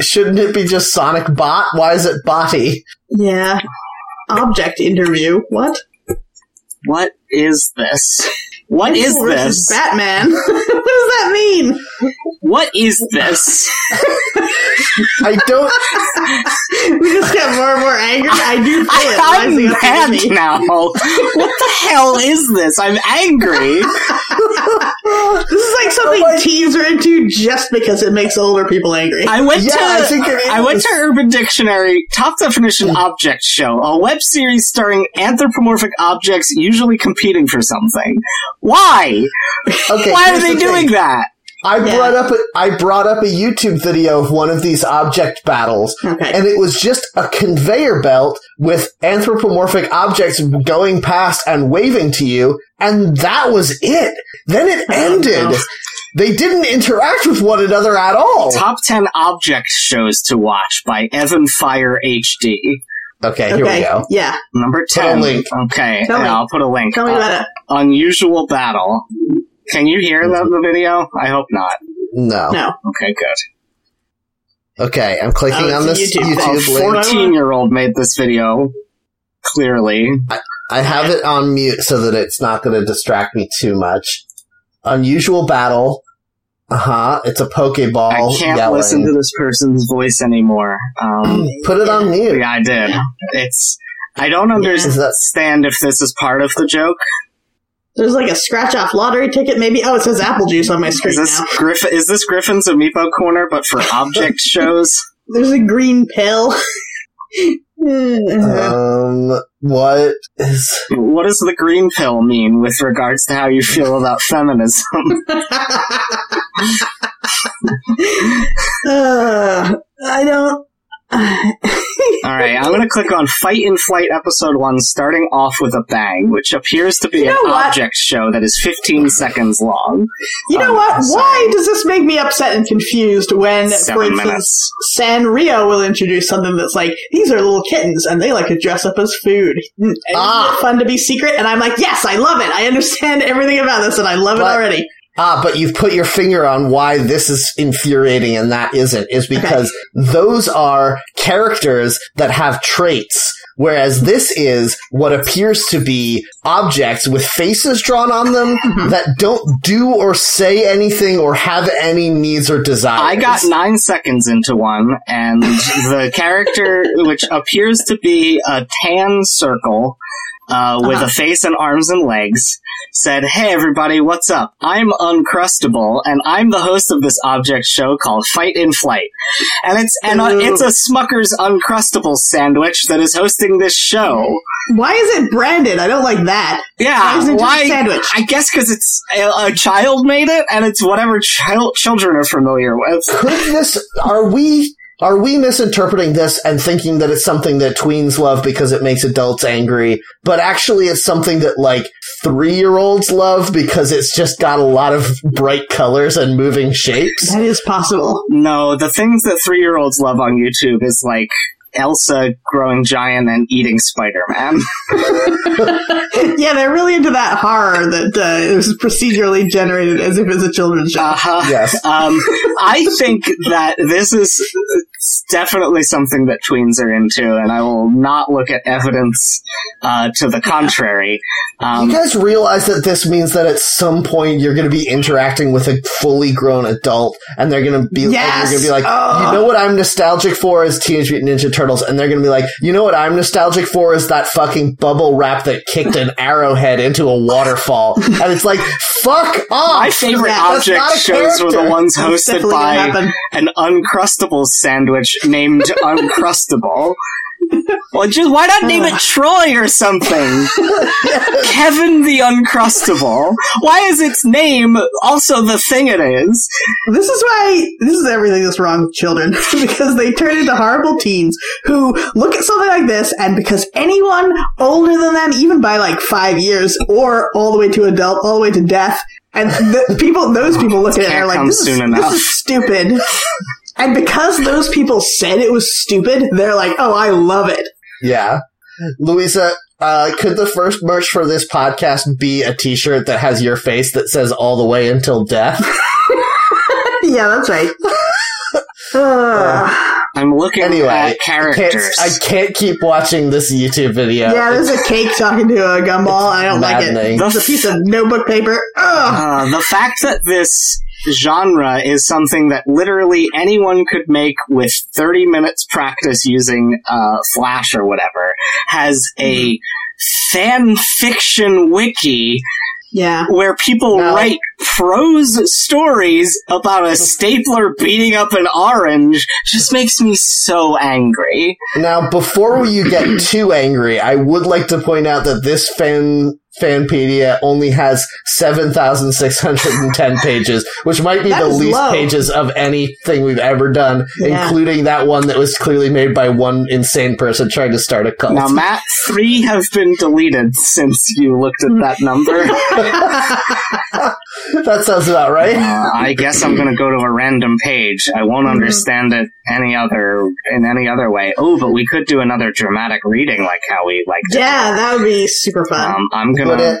Speaker 1: Shouldn't it be just Sonic Bot? Why is it Body?
Speaker 3: Yeah. Object interview. What?
Speaker 2: What is this? What is
Speaker 3: Pixel versus
Speaker 2: this?
Speaker 3: Batman. what does that mean?
Speaker 2: What is this?
Speaker 1: I don't.
Speaker 3: We just get more and more angry. I do feel it
Speaker 2: I'm
Speaker 3: rising up
Speaker 2: mad
Speaker 3: within me.
Speaker 2: now. What the hell is this? I'm angry.
Speaker 3: This is like something teens are into just because it makes older people angry.
Speaker 2: I went
Speaker 1: Yeah,
Speaker 2: to
Speaker 1: I think it is.
Speaker 2: uh, I went to Urban Dictionary Top Definition Object Show, a web series starring anthropomorphic objects usually competing for something. Why?
Speaker 1: Okay.
Speaker 2: Why are
Speaker 1: here's
Speaker 2: they
Speaker 1: the
Speaker 2: doing
Speaker 1: thing.
Speaker 2: that?
Speaker 1: I
Speaker 3: Yeah.
Speaker 1: brought up. A, I brought up a YouTube video of one of these object battles,
Speaker 3: Okay.
Speaker 1: and it was just a conveyor belt with anthropomorphic objects going past and waving to you, and that was it. Then
Speaker 2: Oh,
Speaker 1: it ended.
Speaker 3: no.
Speaker 1: They didn't interact with one another at all.
Speaker 2: Top 10 Object Shows to Watch by Evan Fire HD.
Speaker 1: Okay,
Speaker 3: okay.
Speaker 1: here we go.
Speaker 3: Yeah.
Speaker 2: Number
Speaker 1: Put a
Speaker 2: 10.
Speaker 1: link.
Speaker 2: Okay,
Speaker 3: Tell
Speaker 2: yeah,
Speaker 3: me.
Speaker 2: I'll put a link.
Speaker 3: Tell me
Speaker 2: Uh,
Speaker 3: about it.
Speaker 2: unusual battle. Can you hear the, the video? I hope not. Uh,
Speaker 1: No.
Speaker 3: No.
Speaker 2: Okay, good.
Speaker 1: Okay, I'm clicking
Speaker 3: Oh,
Speaker 1: on
Speaker 3: it's a
Speaker 1: this
Speaker 3: YouTube
Speaker 1: YouTube,
Speaker 3: thing.
Speaker 2: A
Speaker 1: link.
Speaker 2: 14 year old made this video. Clearly.
Speaker 1: I have it on mute so that it's not going to distract me too much. Unusual battle. Uh huh. It's a Pokeball.
Speaker 2: I can't
Speaker 1: yelling.
Speaker 2: listen to this person's voice anymore. Um,
Speaker 1: Put it on mute.
Speaker 2: yeah, I did. It's. I don't
Speaker 1: Is that-
Speaker 2: understand if this is part of the joke.
Speaker 3: There's like a scratch off lottery ticket, maybe. Oh, it says apple juice on my screen
Speaker 2: Is this
Speaker 3: now.
Speaker 2: Griff- Is this Griffin's Amiibo corner, but for object shows?
Speaker 3: There's a green pill.
Speaker 2: Uh,
Speaker 1: Um, what is?
Speaker 2: What does the green pill mean with regards to how you feel about feminism?
Speaker 3: Uh, I don't.
Speaker 2: All right, I'm going to click on Fight in Flight Episode 1, starting off with a bang, which appears to be
Speaker 3: You know
Speaker 2: an
Speaker 3: what?
Speaker 2: object show that is 15 seconds long.
Speaker 3: You know
Speaker 2: Um,
Speaker 3: what?
Speaker 2: so-
Speaker 3: Why does this make me upset and confused when, for
Speaker 2: Seven
Speaker 3: instance,
Speaker 2: minutes.
Speaker 3: Sanrio will introduce something that's like, these are little kittens and they like to dress up as food. Mm, Isn't
Speaker 1: Ah.
Speaker 3: it fun to be secret? And I'm like, yes, I love it. I understand everything about this and I love
Speaker 1: But-
Speaker 3: it already.
Speaker 1: Ah, but you've put your finger on why this is infuriating and that isn't, is because those are characters that have traits, whereas this is what appears to be objects with faces drawn on them
Speaker 2: Mm-hmm.
Speaker 1: that don't do or say anything or have any needs or desires.
Speaker 2: I got nine seconds into one, and the character, which appears to be a tan circle uh, with
Speaker 3: Uh-huh.
Speaker 2: a face and arms and legs, said, Hey everybody, what's up? I'm Uncrustable, and I'm the host of this object show called Fight in Flight. And it's, and, uh,
Speaker 3: Ooh.
Speaker 2: it's a Smucker's Uncrustable sandwich that is hosting this show.
Speaker 3: Why is it branded? I don't like that. Why
Speaker 2: Yeah,
Speaker 3: isn't it just
Speaker 2: Ah, why?
Speaker 3: a sandwich?
Speaker 2: I guess because it's uh, a, a child made it, and it's whatever child, children are familiar with.
Speaker 1: Could this, are we, are we misinterpreting this and thinking that it's something that tweens love because it makes adults angry, but actually it's something that like three year olds love because it's just got a lot of bright colors and moving shapes?
Speaker 3: That is possible.
Speaker 2: No, the things that three year olds love on YouTube is like Elsa growing giant and eating Spider Man.
Speaker 3: yeah, they're really into that horror that uh, is procedurally generated as if it's a children's show.
Speaker 2: Uh-huh.
Speaker 1: Yes.
Speaker 2: Um, I think that this is definitely something that tweens are into, and I will not look at evidence uh, to the contrary. Um,
Speaker 1: you guys realize that this means that at some point you're going to be interacting with a fully grown adult, and they're going to be,
Speaker 3: Yes!
Speaker 1: and you're going to be like,
Speaker 3: Ugh.
Speaker 1: you know what I'm nostalgic for is Teenage Mutant Ninja Turtles, and they're going to be like, you know what I'm nostalgic for is that fucking bubble wrap that kicked an arrowhead into a waterfall, and it's like, fuck off.
Speaker 2: my favorite
Speaker 3: Yeah,
Speaker 1: that's
Speaker 2: object
Speaker 1: not a
Speaker 2: shows were the
Speaker 1: character.
Speaker 2: ones
Speaker 3: That's
Speaker 2: hosted
Speaker 3: definitely gonna
Speaker 2: by
Speaker 3: happen.
Speaker 2: an Uncrustable sandwich named Uncrustable. Well, just why not name it Troy or something? Kevin the Uncrustable. Why is its name also the thing it is?
Speaker 3: This is why this is everything that's wrong with children because they turn into horrible teens who look at something like this and because anyone older than them, even by like five years or all the way to adult, all the way to death, and the people, those people look at it and
Speaker 2: Can't
Speaker 3: are like,
Speaker 2: come
Speaker 3: this is,
Speaker 2: soon enough."
Speaker 3: this is stupid. And because those people said it was stupid, they're like, oh, I love it.
Speaker 1: Yeah. Louisa, uh, could the first merch for this podcast be a t-shirt that has your face that says all the way until death?
Speaker 3: Yeah, that's right. Ugh.
Speaker 2: I'm looking
Speaker 1: Anyway,
Speaker 2: at
Speaker 1: I can't,
Speaker 2: characters.
Speaker 1: I can't keep watching this YouTube video.
Speaker 3: yeah, there's a cake talking to a gumball. I don't like
Speaker 1: maddening.
Speaker 3: it. It's a piece of notebook paper. Ugh.
Speaker 2: Uh, the fact that this genre is something that literally anyone could make with 30 minutes practice using uh, Flash or whatever has a
Speaker 1: Hmm.
Speaker 2: fan fiction wiki
Speaker 3: Yeah.
Speaker 2: where people
Speaker 1: No.
Speaker 2: write prose stories about a stapler beating up an orange just makes me so angry.
Speaker 1: Now, before you get too angry, I would like to point out that this fan fanpedia only has 7,610 pages, which might be
Speaker 3: That
Speaker 1: the
Speaker 3: is
Speaker 1: least
Speaker 3: low.
Speaker 1: pages of anything we've ever done,
Speaker 3: Yeah.
Speaker 1: including that one that was clearly made by one insane person trying to start a cult.
Speaker 2: Now, Matt, three have been deleted since you looked at that number.
Speaker 1: that sounds about right. Mm-hmm.
Speaker 2: Uh, I guess I'm gonna go to a random page. I won't understand it any other in any other way. Oh, but we could do another dramatic reading like how we like to.
Speaker 3: Yeah, that would be super fun.
Speaker 2: Um, I'm
Speaker 1: Would it?
Speaker 2: gonna,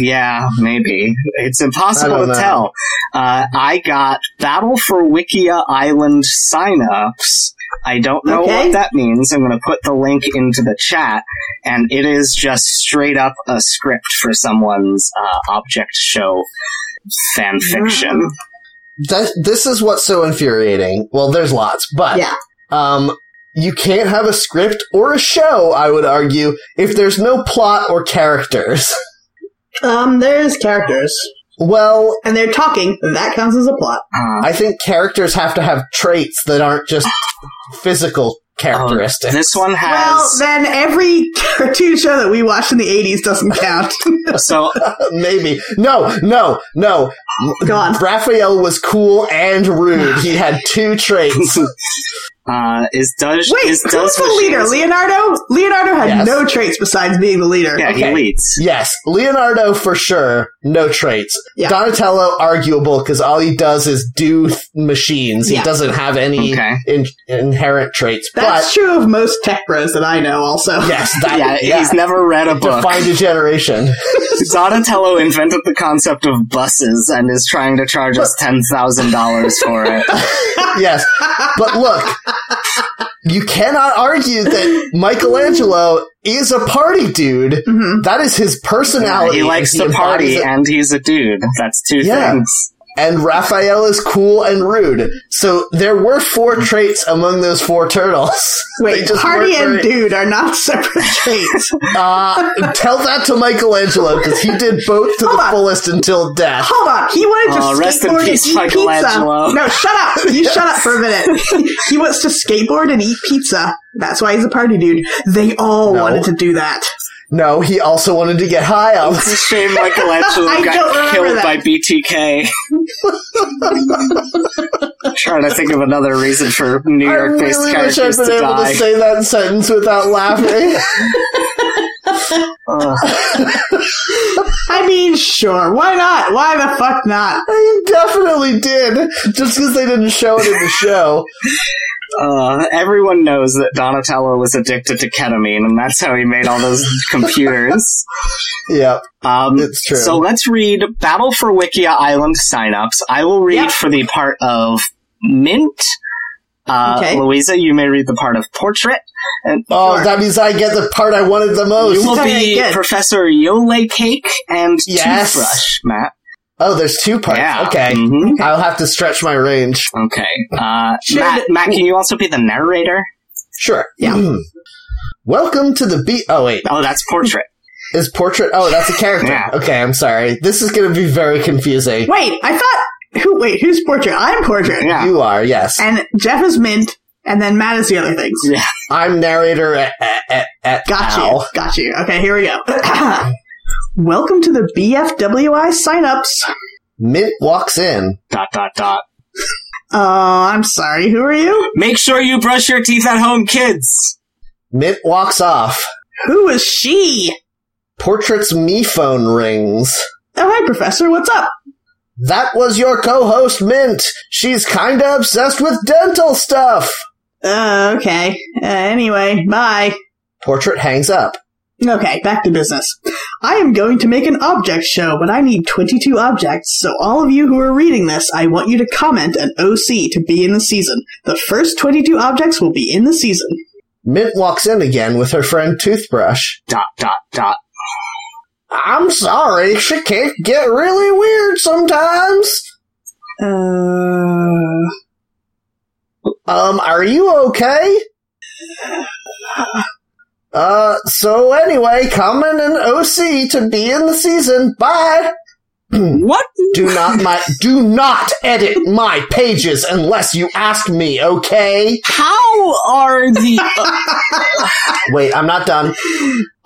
Speaker 2: yeah, maybe it's
Speaker 1: I
Speaker 2: impossible
Speaker 1: don't
Speaker 2: to
Speaker 1: know.
Speaker 2: tell. Uh, I got Battle for Wikia Island signups. I don't know
Speaker 3: Okay.
Speaker 2: what that means. I'm gonna put the link into the chat, and it is just straight up a script for someone's uh, object show fan fiction.
Speaker 1: That, this is what's so infuriating. Well, there's lots, but
Speaker 3: yeah.
Speaker 1: Um, you can't have a script or a show, I would argue, if there's no plot or characters.
Speaker 3: Um, there's characters.
Speaker 1: well,
Speaker 3: And they're talking. That counts as a plot.
Speaker 2: Uh,
Speaker 1: I think characters have to have traits that aren't just physical characteristics.
Speaker 2: oh, This one
Speaker 3: Well,
Speaker 2: has
Speaker 3: then every cartoon show
Speaker 2: Oh,
Speaker 3: that we watched in the 80s doesn't count.
Speaker 2: so
Speaker 1: Maybe. No, no, no.
Speaker 3: Gone.
Speaker 1: Raphael was cool and rude. He had two traits.
Speaker 2: Uh, is does
Speaker 3: Wait,
Speaker 2: is
Speaker 3: who's
Speaker 2: does
Speaker 3: the leader? Leonardo? Leonardo had
Speaker 1: Yes.
Speaker 3: no traits besides being the leader.
Speaker 2: Yeah,
Speaker 1: Okay.
Speaker 2: he leads.
Speaker 1: Yes, Leonardo for sure, no traits.
Speaker 3: Yeah.
Speaker 1: Donatello arguable because all he does is do th- machines.
Speaker 3: Yeah.
Speaker 1: He doesn't have any
Speaker 2: Okay.
Speaker 1: in- inherent traits.
Speaker 3: That's true of most tech bros that I know also.
Speaker 1: but yes, that,
Speaker 2: Yeah,
Speaker 1: yeah,
Speaker 2: he's never read a book.
Speaker 1: defined a generation.
Speaker 2: Donatello invented the concept of buses and is trying to charge us ten thousand dollars for it.
Speaker 1: yes, but look, you cannot argue that Michelangelo is a party dude.
Speaker 3: Mhm.
Speaker 1: That is his personality.
Speaker 2: he likes to
Speaker 1: embodies
Speaker 2: party
Speaker 1: it.
Speaker 2: and he's a dude. That's two
Speaker 1: Yeah.
Speaker 2: things.
Speaker 1: and Raphael is cool and rude. So there were four traits among those four turtles.
Speaker 3: Wait, party and
Speaker 1: dude.
Speaker 3: dude are not separate traits.
Speaker 1: Uh, tell that to Michelangelo because he did both to
Speaker 3: Hold
Speaker 1: the
Speaker 3: on.
Speaker 1: fullest until death.
Speaker 3: Hold on, he wanted to
Speaker 2: Oh, rest in
Speaker 3: skateboard
Speaker 2: peace,
Speaker 3: and eat
Speaker 2: Michelangelo.
Speaker 3: pizza. No, shut up! You shut up for a minute. he wants to skateboard and eat pizza. That's why he's a party dude. They all
Speaker 1: No.
Speaker 3: wanted to do that.
Speaker 1: No, he also wanted to get high on.
Speaker 2: It's a shame Michelangelo
Speaker 3: I don't
Speaker 2: got
Speaker 3: remember
Speaker 2: killed
Speaker 3: that.
Speaker 2: by BTK. Trying to think of another reason for New
Speaker 1: I
Speaker 2: York-based
Speaker 1: really wish I'd
Speaker 2: characters
Speaker 1: been
Speaker 2: to
Speaker 1: able
Speaker 2: die.
Speaker 1: to say that sentence without laughing.
Speaker 2: Ugh.
Speaker 3: I mean, sure, why not? Why the fuck not?
Speaker 1: I definitely did, just because they didn't show it in the show.
Speaker 2: Uh, everyone knows that Donatello was addicted to ketamine, and that's how he made all those computers.
Speaker 1: Yep,
Speaker 2: Um,
Speaker 1: It's true.
Speaker 2: So let's read Battle for Wikia Island signups. I will read
Speaker 3: Yep.
Speaker 2: for the part of Mint. Uh,
Speaker 3: Okay.
Speaker 2: Louisa, you may read the part of Portrait. And
Speaker 1: Oh,
Speaker 3: Sure.
Speaker 1: that means I get the part I wanted the most.
Speaker 2: you will
Speaker 3: okay,
Speaker 2: be
Speaker 3: good.
Speaker 2: Professor Yole Cake and
Speaker 1: Yes.
Speaker 2: Toothbrush, Matt.
Speaker 1: oh, there's two parts.
Speaker 2: Yeah.
Speaker 1: Okay,
Speaker 2: Mhm.
Speaker 1: I'll have to stretch my range.
Speaker 2: Okay. Uh,
Speaker 3: Should-
Speaker 2: Matt, Matt, can you also be the narrator?
Speaker 1: Sure.
Speaker 3: Yeah.
Speaker 1: Mm. Welcome to the beat. Oh wait,
Speaker 2: Oh, that's Portrait.
Speaker 1: is portrait? Oh, that's a character.
Speaker 2: Yeah.
Speaker 1: Okay, I'm sorry. This is going to be very confusing.
Speaker 3: Wait, I thought. Who? Wait, who's portrait? I'm portrait,
Speaker 2: Yeah.
Speaker 1: You are, yes.
Speaker 3: and Jeff is mint, and then Matt is the other things.
Speaker 2: yeah.
Speaker 1: I'm narrator at, at, at, at
Speaker 3: Got you.
Speaker 1: Al.
Speaker 3: Got you. Okay, here we go. Welcome to the BFWI signups.
Speaker 1: Mint walks in.
Speaker 2: Dot, dot, dot.
Speaker 3: Oh, I'm sorry. Who are you?
Speaker 2: Make sure you brush your teeth at home, kids.
Speaker 1: Mint walks off.
Speaker 3: Who is she?
Speaker 1: Portrait's me phone rings.
Speaker 3: Oh, hi, Professor. What's up?
Speaker 1: That was your co-host Mint. She's kinda obsessed with dental stuff.
Speaker 3: Uh, okay. Uh, anyway, bye.
Speaker 1: Portrait hangs up.
Speaker 3: Okay, back to business. I am going to make an object show, but I need 22 objects, so all of you who are reading this, I want you to comment an OC to be in the season. The first 22 objects will be in the season.
Speaker 1: Mint walks in again with her friend Toothbrush.
Speaker 2: Dot, dot, dot.
Speaker 1: I'm sorry, she can't get really weird sometimes.
Speaker 3: Uh,
Speaker 1: Um, are you okay? Uh, so anyway, comment an OC to be in the season. Bye.
Speaker 2: What?
Speaker 1: Do not my do not edit my pages unless you ask me, okay?
Speaker 2: How are the
Speaker 1: Wait, I'm not done.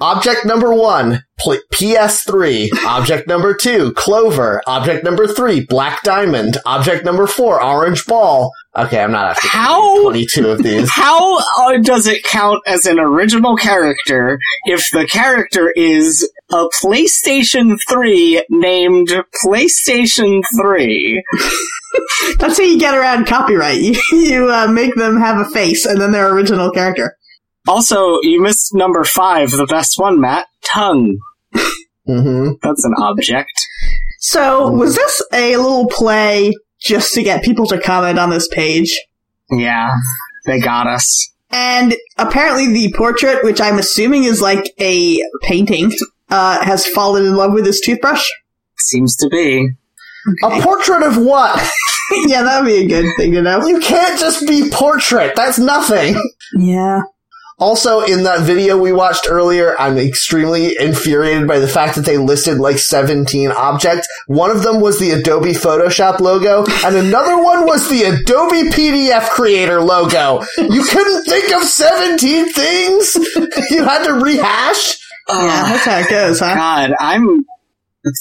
Speaker 1: Object number one, pl- PS3. Object number two, Clover. Object number three, Black Diamond. Object number four, Orange Ball. Okay, I'm not after
Speaker 2: how
Speaker 1: 22 of these.
Speaker 2: how uh, does it count as an original character if the character is a PlayStation 3 named PlayStation 3?
Speaker 3: that's how you get around copyright. You, you uh, make them have a face, and then their original character.
Speaker 2: Also, you missed number 5, the best one, Matt. Tongue.
Speaker 1: hmm
Speaker 2: That's an object.
Speaker 3: So, was this a little play just to get people to comment on this page?
Speaker 2: Yeah. They got us.
Speaker 3: And apparently, the portrait, which I'm assuming is like a painting, uh, has fallen in love with his toothbrush.
Speaker 2: Seems to be.
Speaker 1: A portrait of what?
Speaker 3: yeah, that'd be a good thing to know.
Speaker 1: You can't just be portrait. That's nothing.
Speaker 3: Yeah.
Speaker 1: Also, in that video we watched earlier, I'm extremely infuriated by the fact that they listed like 17 objects. One of them was the Adobe Photoshop logo, and another one was the Adobe PDF Creator logo. You couldn't think of 17 things? You had to rehash?
Speaker 3: Yeah,
Speaker 2: Ugh.
Speaker 3: that's how it goes, huh?
Speaker 2: God, I'm.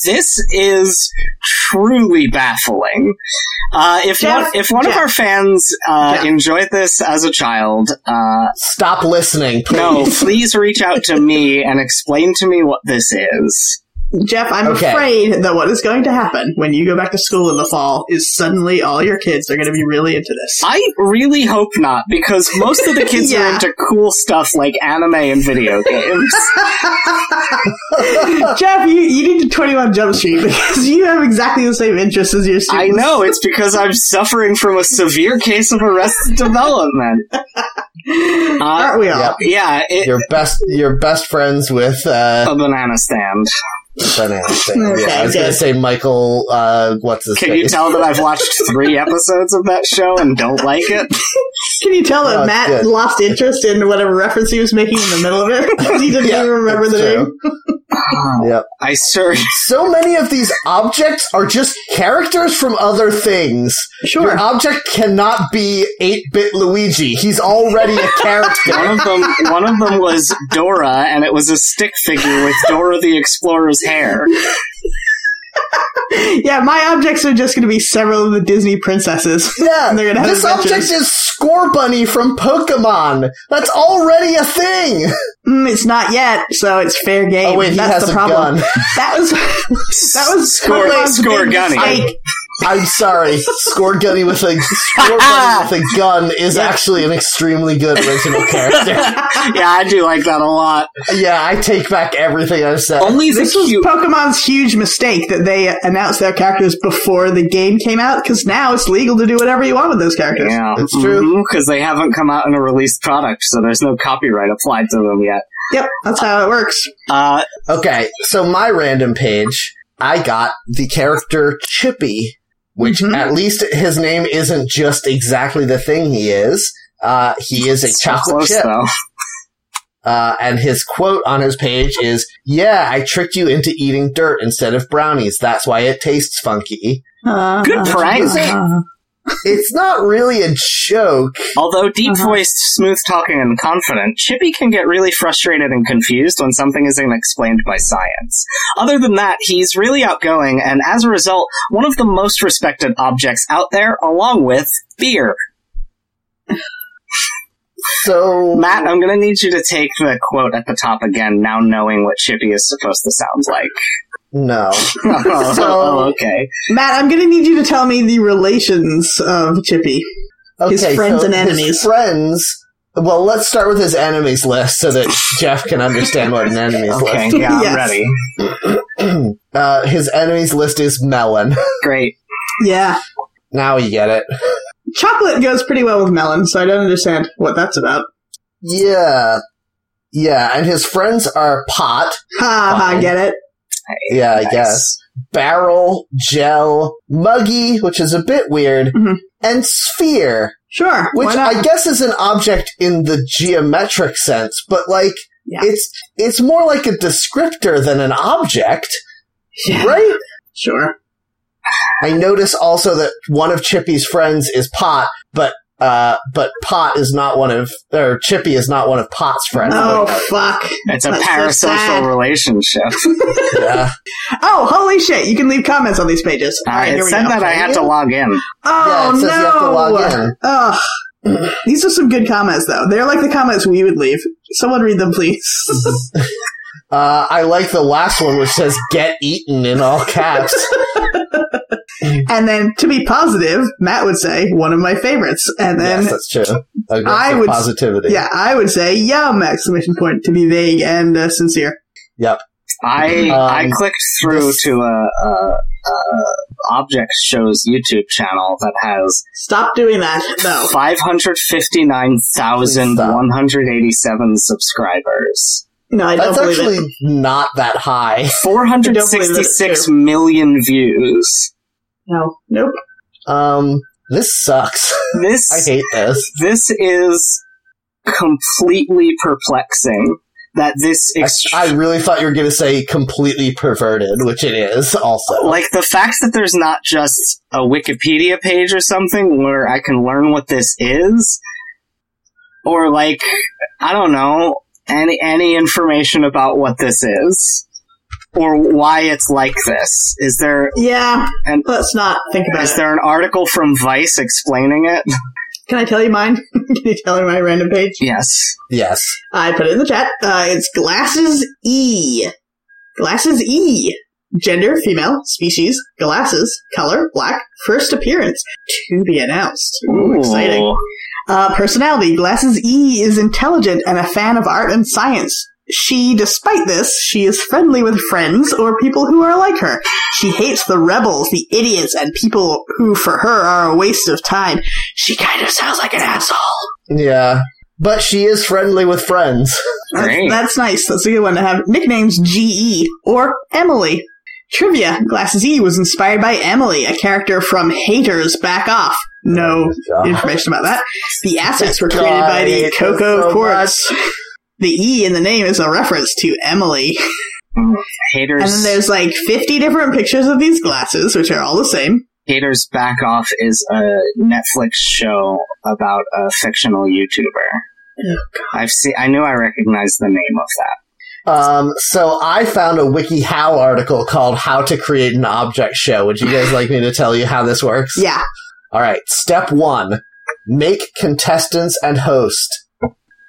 Speaker 2: This is truly baffling. Uh, if
Speaker 3: Jeff,
Speaker 2: one, if one
Speaker 3: Jeff.
Speaker 2: of our fans uh,
Speaker 3: Jeff.
Speaker 2: enjoyed this as a child, uh,
Speaker 1: Stop listening,
Speaker 2: no,
Speaker 1: please.
Speaker 2: please reach out to me and explain to me what this is.
Speaker 3: Jeff, I'm
Speaker 1: Okay.
Speaker 3: afraid that what is going to happen when you go back to school in the fall is suddenly all your kids are going to be really into this.
Speaker 2: I really hope not, because most of the kids
Speaker 3: Yeah.
Speaker 2: are into cool stuff like anime and video games.
Speaker 3: Jeff, you, you need to 21 Jump Street because you have exactly the same interests as your
Speaker 2: I
Speaker 3: students.
Speaker 2: know it's because I'm suffering from a severe case of arrested development. Uh,
Speaker 3: Aren't we all?
Speaker 1: Yep.
Speaker 2: yeah, it,
Speaker 1: Your best, your best friends with uh,
Speaker 2: a banana stand.
Speaker 1: banana stand. yeah, I was
Speaker 3: Okay,
Speaker 1: gonna
Speaker 3: good.
Speaker 1: say Michael. Uh, what's his
Speaker 2: Can
Speaker 1: face?
Speaker 2: you tell that I've watched three episodes of that show and don't like it?
Speaker 3: Can you tell that
Speaker 1: No, it's
Speaker 3: Matt
Speaker 1: good.
Speaker 3: lost interest in whatever reference he was making in the middle of it? 'Cause he didn't
Speaker 1: Yeah,
Speaker 3: even remember the
Speaker 1: that's
Speaker 3: name.
Speaker 1: true. Yep.
Speaker 2: I sure.
Speaker 1: So many of these objects are just characters from other things.
Speaker 3: Sure.
Speaker 1: Your object cannot be 8-bit Luigi. He's already a character.
Speaker 2: One of them, one of them was Dora, and it was a stick figure with Dora the Explorer's hair.
Speaker 3: Yeah, my objects are just going to be several of the Disney princesses.
Speaker 1: Yeah,
Speaker 3: They're gonna have
Speaker 1: this
Speaker 3: adventures.
Speaker 1: object is Score Bunny from Pokemon. That's already a thing.
Speaker 3: Mm, it's not yet, so it's fair game.
Speaker 1: Oh wait, he
Speaker 3: That's
Speaker 1: has
Speaker 3: the
Speaker 1: a
Speaker 3: problem.
Speaker 1: gun.
Speaker 3: That was that was
Speaker 2: Score-
Speaker 3: Pokemon
Speaker 2: Score
Speaker 3: big
Speaker 2: Gunny.
Speaker 3: mistake.
Speaker 1: I'm sorry, Score Gunny with a Score Bunny with a gun is actually an extremely good original character.
Speaker 2: Yeah, I do like that a lot.
Speaker 1: yeah, I take back everything I've said.
Speaker 2: Only the
Speaker 3: This was
Speaker 2: cute.
Speaker 3: Pokemon's huge mistake that they announced their characters before the game came out because now it's legal to do whatever you want with those characters.
Speaker 2: Yeah, Mm-hmm.
Speaker 1: It's true.
Speaker 2: because they haven't come out in a released product, so there's no copyright applied to them yet.
Speaker 3: Yep, that's how it works.
Speaker 2: Uh,
Speaker 1: Okay, so my random page, I got the character Chippy, which
Speaker 3: Mhm.
Speaker 1: at least his name isn't just exactly the thing he is. Uh, he is a
Speaker 2: so
Speaker 1: chocolate
Speaker 2: close
Speaker 1: chip.
Speaker 2: though.
Speaker 1: Uh, and his quote on his page is, "Yeah, I tricked you into eating dirt instead of brownies. That's why it tastes funky."
Speaker 3: Uh,
Speaker 2: Good prank.
Speaker 1: uh. It's not really a joke.
Speaker 2: Although
Speaker 3: Uh-huh.
Speaker 2: deep voiced, smooth talking, and confident, Chippy can get really frustrated and confused when something isn't explained by science. Other than that, he's really outgoing, and as a result, one of the most respected objects out there, along with beer.
Speaker 1: So
Speaker 2: Matt, I'm gonna need you to take the quote at the top again, now knowing what Chippy is supposed to sound like.
Speaker 1: no,
Speaker 2: oh,
Speaker 1: So-
Speaker 2: okay.
Speaker 3: Matt, I'm going to need you to tell me the relations of Chippy. His friends and enemies.
Speaker 1: His friends. Well, let's start with his enemies list so that Jeff can understand what an enemies
Speaker 2: Okay,
Speaker 1: list.
Speaker 2: yeah,
Speaker 3: Yes.
Speaker 2: I'm ready.
Speaker 1: uh, his enemies list is melon.
Speaker 2: Great.
Speaker 3: Yeah.
Speaker 1: now you get it.
Speaker 3: Chocolate goes pretty well with melon, so I don't understand what that's about.
Speaker 1: Yeah, yeah, and his friends are pot.
Speaker 3: Ha ha,
Speaker 1: Fine.
Speaker 3: get it?
Speaker 1: Yeah, I
Speaker 2: Nice.
Speaker 1: guess. barrel, gel, muggy, which is a bit weird,
Speaker 3: Mhm.
Speaker 1: and sphere,
Speaker 3: Sure.
Speaker 1: which
Speaker 3: why not?
Speaker 1: I guess is an object in the geometric sense, but like
Speaker 3: Yeah.
Speaker 1: it's it's more like a descriptor than an object,
Speaker 3: Yeah,
Speaker 1: right?
Speaker 3: Sure.
Speaker 1: I notice also that one of Chippy's friends is Pot, but uh, but Pot is not one of or Chippy is not one of Pot's friends.
Speaker 3: Oh, fuck.
Speaker 2: It's a
Speaker 3: That's so
Speaker 2: parasocial
Speaker 3: sad.
Speaker 2: relationship.
Speaker 1: Yeah.
Speaker 3: Oh, holy shit. You can leave comments on these pages. All
Speaker 2: Uh,
Speaker 3: right,
Speaker 2: it
Speaker 3: here we
Speaker 2: said
Speaker 3: go.
Speaker 2: that I had to log in.
Speaker 1: Yeah,
Speaker 3: Oh,
Speaker 1: it says you have to log
Speaker 3: no.
Speaker 1: in.
Speaker 3: Ugh. These are some good comments, though. They're like the comments we would leave. Someone read them, please.
Speaker 1: Uh, I like the last one, which says "get eaten" in all caps.
Speaker 3: and then, to be positive, Matt would say, one of my favorites. And then,
Speaker 1: yes, that's true. Aggressive
Speaker 3: I would-
Speaker 1: positivity.
Speaker 3: yeah, I would say, yum! Exclamation point, to be vague and uh, sincere.
Speaker 1: Um,
Speaker 2: I I clicked through
Speaker 1: this-
Speaker 2: to a, a, a object shows YouTube channel that has
Speaker 3: Stop doing that, though.
Speaker 2: five hundred fifty nine thousand one hundred eighty seven subscribers,
Speaker 3: No, I don't
Speaker 1: That's
Speaker 3: believe
Speaker 1: actually
Speaker 3: it.
Speaker 1: not that high.
Speaker 2: four hundred sixty six million views.
Speaker 3: No. Nope.
Speaker 1: Um, this sucks. I
Speaker 2: This
Speaker 1: hate this.
Speaker 2: this is completely perplexing. That this
Speaker 1: I,
Speaker 2: ext-
Speaker 1: I really thought you were going to say completely perverted, which it is also.
Speaker 2: like the fact that there's not just a Wikipedia page or something where I can learn what this is, or like I don't know any any information about what this is. or why it's like this? Is there
Speaker 3: Yeah,
Speaker 2: and
Speaker 3: let's not think about
Speaker 2: is
Speaker 3: it.
Speaker 2: there an article from Vice explaining it?
Speaker 3: Can I tell you mine? Can you tell me my random page?
Speaker 2: yes.
Speaker 1: Yes.
Speaker 3: I put it in the chat. Uh, it's glasses E. Glasses E. Gender, female, species, glasses, color, black, first appearance, to be announced. Ooh, exciting.
Speaker 2: Ooh.
Speaker 3: Uh, personality, glasses E is intelligent and a fan of art and science. She, despite this, she is friendly with friends or people who are like her. She hates the rebels, the idiots, and people who, for her, are a waste of time. She kind of sounds like an asshole.
Speaker 1: Yeah. But she is friendly with friends.
Speaker 2: Great.
Speaker 3: That's, that's nice. That's a good one to have. Nicknames GE or Emily. Trivia Glasses E was inspired by Emily, a character from Haters Back Off. No
Speaker 1: Uh-huh.
Speaker 3: information about that. The assets were created by the
Speaker 1: God,
Speaker 3: Coco
Speaker 1: so
Speaker 3: Quartz. The E in the name is a reference to Emily.
Speaker 2: Haters.
Speaker 3: And then there's like 50 different pictures of these glasses, which are all the same.
Speaker 2: Haters Back Off is a Netflix show about a fictional YouTuber.
Speaker 1: Oh,
Speaker 2: I've seen. I knew I recognized the name of that.
Speaker 1: Um, so I found a WikiHow article called How to Create an Object Show. Would you guys like me to tell you how this works?
Speaker 3: Yeah.
Speaker 1: All right. Step one, make contestants and host.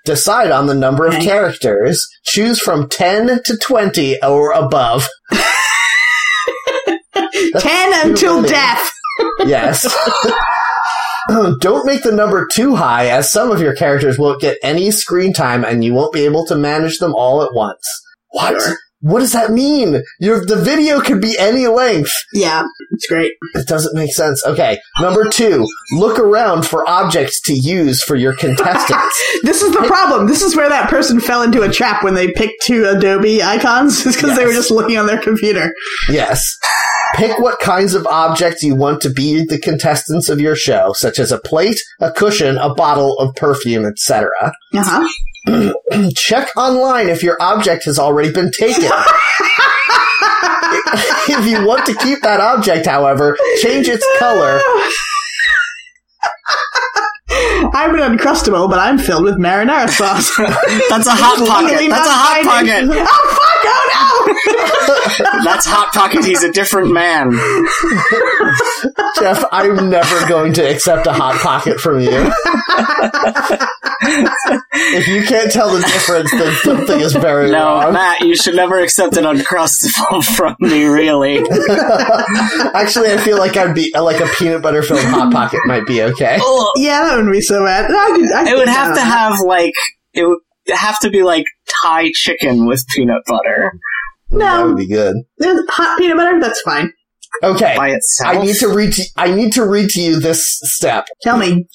Speaker 1: Decide on the number of
Speaker 3: Okay.
Speaker 1: characters. Choose from 10 to 20 or above.
Speaker 3: 10 until
Speaker 1: many.
Speaker 3: death.
Speaker 1: Yes. Don't make the number too high, as some of your characters won't get any screen time and you won't be able to manage them all at once. What?
Speaker 3: Sure.
Speaker 1: What does that mean? Your, the video could be any length.
Speaker 3: Yeah. It's great.
Speaker 1: It doesn't make sense. Okay. Number two, look around for objects to use for your contestants.
Speaker 3: This is the problem. This is where that person fell into a trap when they picked two Adobe icons. It's because they were
Speaker 1: Yes.
Speaker 3: just looking on their computer.
Speaker 1: yes. Pick what kinds of objects you want to be the contestants of your show, such as a plate, a cushion, a bottle of perfume, etc.
Speaker 3: Uh huh.
Speaker 1: Check online if your object has already been taken. if you want to keep that object, however, change its color.
Speaker 3: I'm an uncrustable, but I'm filled with marinara sauce.
Speaker 2: That's a hot pocket.
Speaker 3: Completely
Speaker 2: That's a
Speaker 3: not
Speaker 2: hot
Speaker 3: finding-
Speaker 2: pocket.
Speaker 3: Oh fuck! Oh no!
Speaker 2: That's hot pocket. He's a different man.
Speaker 1: Jeff, I'm never going to accept a hot pocket from you. if you can't tell the difference, then something is very
Speaker 2: No,
Speaker 1: wrong.
Speaker 2: Matt, you should never accept an uncrustable from me. Really,
Speaker 1: Actually, I feel like I'd be like a peanut butter filled hot pocket might be okay.
Speaker 2: Ugh.
Speaker 3: Yeah, that wouldn't be so bad. I could, I
Speaker 2: it
Speaker 3: could
Speaker 2: would
Speaker 3: get
Speaker 2: have
Speaker 3: down
Speaker 2: to
Speaker 3: on that.
Speaker 2: have like it would have to be like Thai chicken with peanut butter
Speaker 1: that
Speaker 3: No.
Speaker 1: would be good.
Speaker 3: There's hot peanut butter. That's fine.
Speaker 1: Okay,
Speaker 2: by itself.
Speaker 1: I need to read. To, I need to read to you this step.
Speaker 3: Tell me.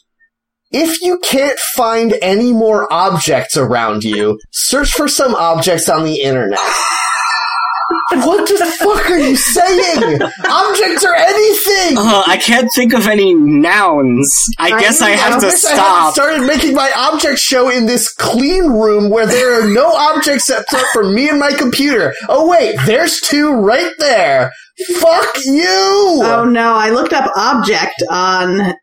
Speaker 1: If you can't find any more objects around you, search for some objects on the internet. what the fuck are you saying? objects are anything!
Speaker 2: Ugh, Uh, I can't think of any nouns. I,
Speaker 3: I
Speaker 2: guess I
Speaker 3: know.
Speaker 2: have
Speaker 1: I
Speaker 2: to
Speaker 1: wish I hadn't
Speaker 2: stop.
Speaker 1: started making my object show in this clean room where there are no objects except for me and my computer. Oh wait, there's two right there. Fuck you!
Speaker 3: Oh no! I looked up object on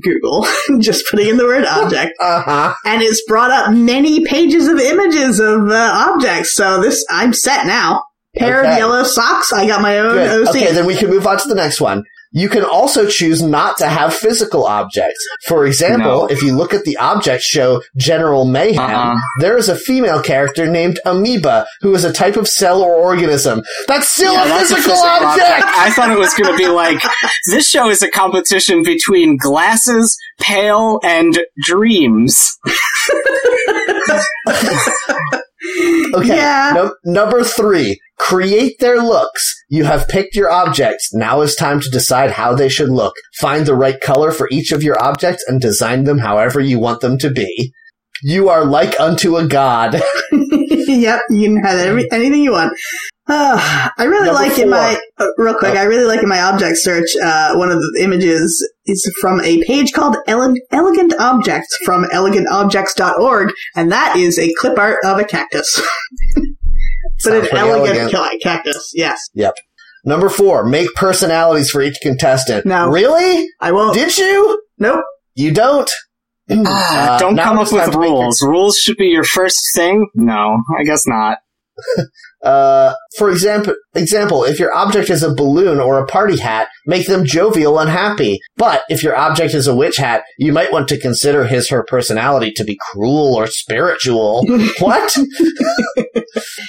Speaker 3: Google. just putting in the word object.
Speaker 1: Uh huh.
Speaker 3: and it's brought up many pages of images of uh, objects. So this, I'm set now. Pair
Speaker 1: Okay.
Speaker 3: of yellow socks. I got my own
Speaker 1: Good.
Speaker 3: OC.
Speaker 1: Okay, then we can move on to the next one. You can also choose not to have physical objects. For example,
Speaker 2: No.
Speaker 1: if you look at the object show General Mayhem,
Speaker 2: Uh-uh.
Speaker 1: there is a female character named Amoeba, who is a type of cell or organism. That's still
Speaker 2: Yeah,
Speaker 1: a,
Speaker 2: that's a
Speaker 1: physical
Speaker 2: physical
Speaker 1: object!
Speaker 2: I thought it was going to be like this show is a competition between glasses, pale, and dreams.
Speaker 1: Okay.
Speaker 3: Yeah.
Speaker 1: Num- number three, create their looks. You have picked your objects. Now is time to decide how they should look. Find the right color for each of your objects and design them however you want them to be. You are like unto a god.
Speaker 3: yep, you can have every, anything you want. Uh, I really
Speaker 1: Number
Speaker 3: like in my
Speaker 1: four.
Speaker 3: uh, real quick. I really like in my object search. Uh, one of the images is from a page called Ele- "Elegant Objects" from elegantobjects.org, and that is a clip art of a cactus, but
Speaker 1: Sounds
Speaker 3: an
Speaker 1: pretty
Speaker 3: elegant,
Speaker 1: elegant.
Speaker 3: ca- cactus. Yes,
Speaker 1: Number four, make personalities for each contestant.
Speaker 3: No.
Speaker 1: Really?
Speaker 3: I
Speaker 2: Oh.
Speaker 3: won't.
Speaker 1: Did you?
Speaker 3: nope.
Speaker 1: You don't.
Speaker 2: Ah,
Speaker 1: Uh,
Speaker 2: Don't
Speaker 1: now
Speaker 2: come up
Speaker 1: it's time
Speaker 2: with
Speaker 1: to make your-
Speaker 2: rules. Rules should be your first thing. No, I guess not.
Speaker 1: Uh, for example, example, if your object is a balloon or a party hat, make them jovial and happy. But if your object is a witch hat, you might want to consider his her personality to be cruel or spiritual. what?
Speaker 3: You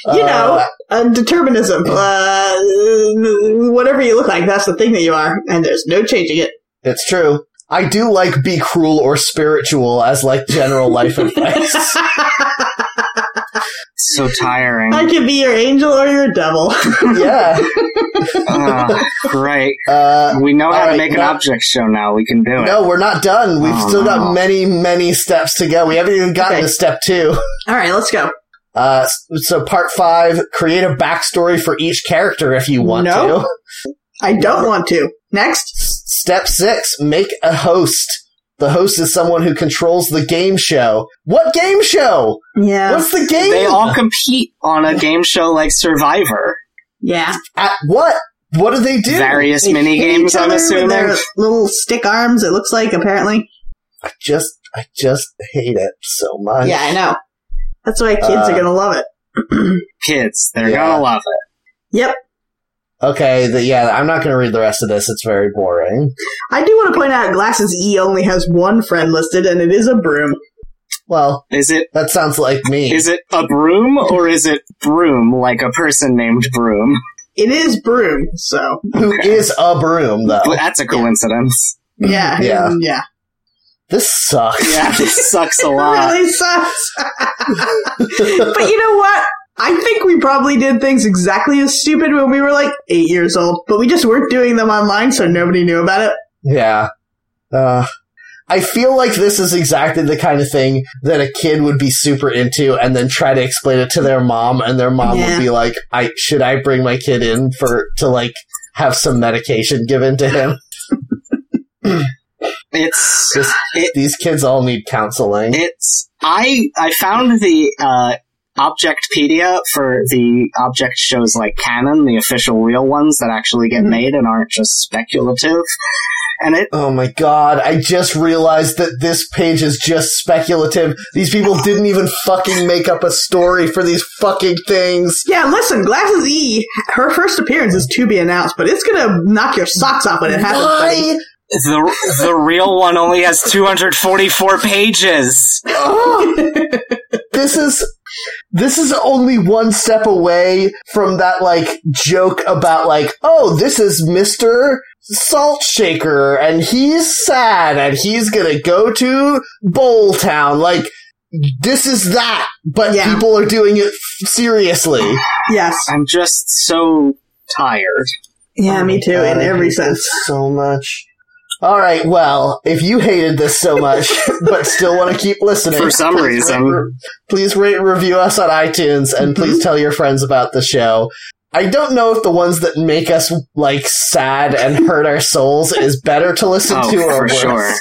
Speaker 3: know, uh, determinism. Uh, whatever you look like, that's the thing that you are, and there's no changing it.
Speaker 1: It's true. I do like be cruel or spiritual as like general life advice.
Speaker 2: So tiring.
Speaker 3: I can be your angel or your devil.
Speaker 1: yeah.
Speaker 2: Ah, great.
Speaker 1: Uh,
Speaker 2: We know how
Speaker 1: Alright,
Speaker 2: to make an
Speaker 1: now-
Speaker 2: object show now. We can do it.
Speaker 1: no, we're not done. We've
Speaker 2: Oh,
Speaker 1: still got
Speaker 2: no.
Speaker 1: many, many steps to go. We haven't even gotten
Speaker 3: Okay.
Speaker 1: to step two.
Speaker 3: All right, let's go.
Speaker 1: Uh, s- so part five, create a backstory for each character if you want
Speaker 3: No.
Speaker 1: to.
Speaker 3: I don't want to. Next.
Speaker 1: S- Step six, make a host. The host is someone who controls the game show. What game show?
Speaker 3: Yeah.
Speaker 1: What's the game?
Speaker 2: They all compete on a game show like Survivor.
Speaker 3: Yeah.
Speaker 1: At what? What do they do?
Speaker 2: Various
Speaker 3: They
Speaker 2: mini
Speaker 3: hit
Speaker 2: games,
Speaker 3: each
Speaker 2: I'm
Speaker 3: other With their
Speaker 2: assuming.
Speaker 3: little stick arms, it looks like, apparently.
Speaker 1: I just, I just hate it so much.
Speaker 3: yeah, I know. That's why kids
Speaker 1: Uh,
Speaker 3: are going to love it.
Speaker 2: Kids, they're
Speaker 1: Yeah.
Speaker 2: gonna love it.
Speaker 3: yep.
Speaker 1: Okay, the, yeah, I'm not going to read the rest of this. It's very boring.
Speaker 3: I do want to point out Glasses E only has one friend listed, and it is a broom.
Speaker 1: Well,
Speaker 2: Is it
Speaker 1: that sounds like me.
Speaker 2: is it a broom or is it broom like a person named Broom?
Speaker 3: It is broom, so.
Speaker 1: Who is a broom, though?
Speaker 2: But that's a coincidence.
Speaker 3: Yeah. Mm,
Speaker 1: Yeah.
Speaker 3: Yeah.
Speaker 1: This sucks.
Speaker 2: Yeah, this sucks a
Speaker 3: It
Speaker 2: lot.
Speaker 3: really sucks. but you know what? I think we probably did things exactly as stupid when we were like eight years old, but we just weren't doing them online, so nobody knew about it.
Speaker 1: Yeah. Uh, I feel like this is exactly the kind of thing that a kid would be super into and then try to explain it to their mom and their mom
Speaker 3: Yeah.
Speaker 1: would be like, I, should I bring my kid in for, to like have some medication given to him?
Speaker 2: It's
Speaker 1: Just,
Speaker 2: It-
Speaker 1: these kids all need counseling.
Speaker 2: It's I I found the uh, Objectpedia for the object shows like canon, the official real ones that actually get
Speaker 3: Mhm.
Speaker 2: made and aren't just speculative. And it
Speaker 1: Oh my god, I just realized that this page is just speculative. These people didn't even fucking make up a story for these fucking things.
Speaker 3: Yeah, listen, Glasses E, her first appearance is to be announced, but it's gonna knock your socks off when it happens. buddy.
Speaker 1: Why?
Speaker 2: the the real one only has 244 pages.
Speaker 1: This is this is only one step away from that like joke about like, oh, this is Mr. Salt Shaker and he's sad and he's gonna go to Bowl Town. Like this is that, but
Speaker 3: Yeah.
Speaker 1: people are doing it seriously.
Speaker 3: yes.
Speaker 2: I'm just so tired.
Speaker 3: Yeah, me too,
Speaker 1: God,
Speaker 3: in
Speaker 1: I
Speaker 3: every
Speaker 1: hate
Speaker 3: sense.
Speaker 1: this So much. All right. Well, if you hated this so much, but still want to keep listening
Speaker 2: For some
Speaker 1: please
Speaker 2: reason.
Speaker 1: rate- please rate and review us on iTunes and
Speaker 3: Mm-hmm.
Speaker 1: please tell your friends about the show. I don't know if the ones that make us like sad and hurt our souls is better to listen
Speaker 2: Oh,
Speaker 1: to or
Speaker 2: for
Speaker 1: worse.
Speaker 2: sure.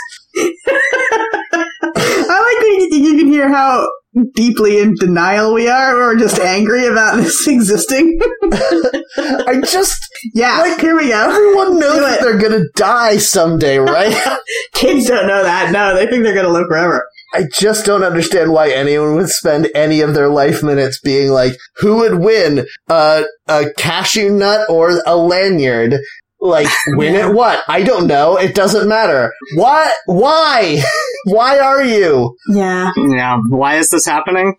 Speaker 3: I like that you can hear how deeply in denial we are, or just angry about this existing.
Speaker 1: I just
Speaker 3: yeah,
Speaker 1: Like-
Speaker 3: here we go.
Speaker 1: everyone knows
Speaker 3: Do
Speaker 1: that
Speaker 3: it.
Speaker 1: they're gonna die someday, right?
Speaker 3: Kids don't know that. No, they think they're gonna live forever.
Speaker 1: I just don't understand why anyone would spend any of their life minutes being like, who would win, uh, a cashew nut or a lanyard? Like, win at what? I don't know. It doesn't matter. Why? Why? why are you?
Speaker 3: Yeah.
Speaker 2: Yeah, why is this happening?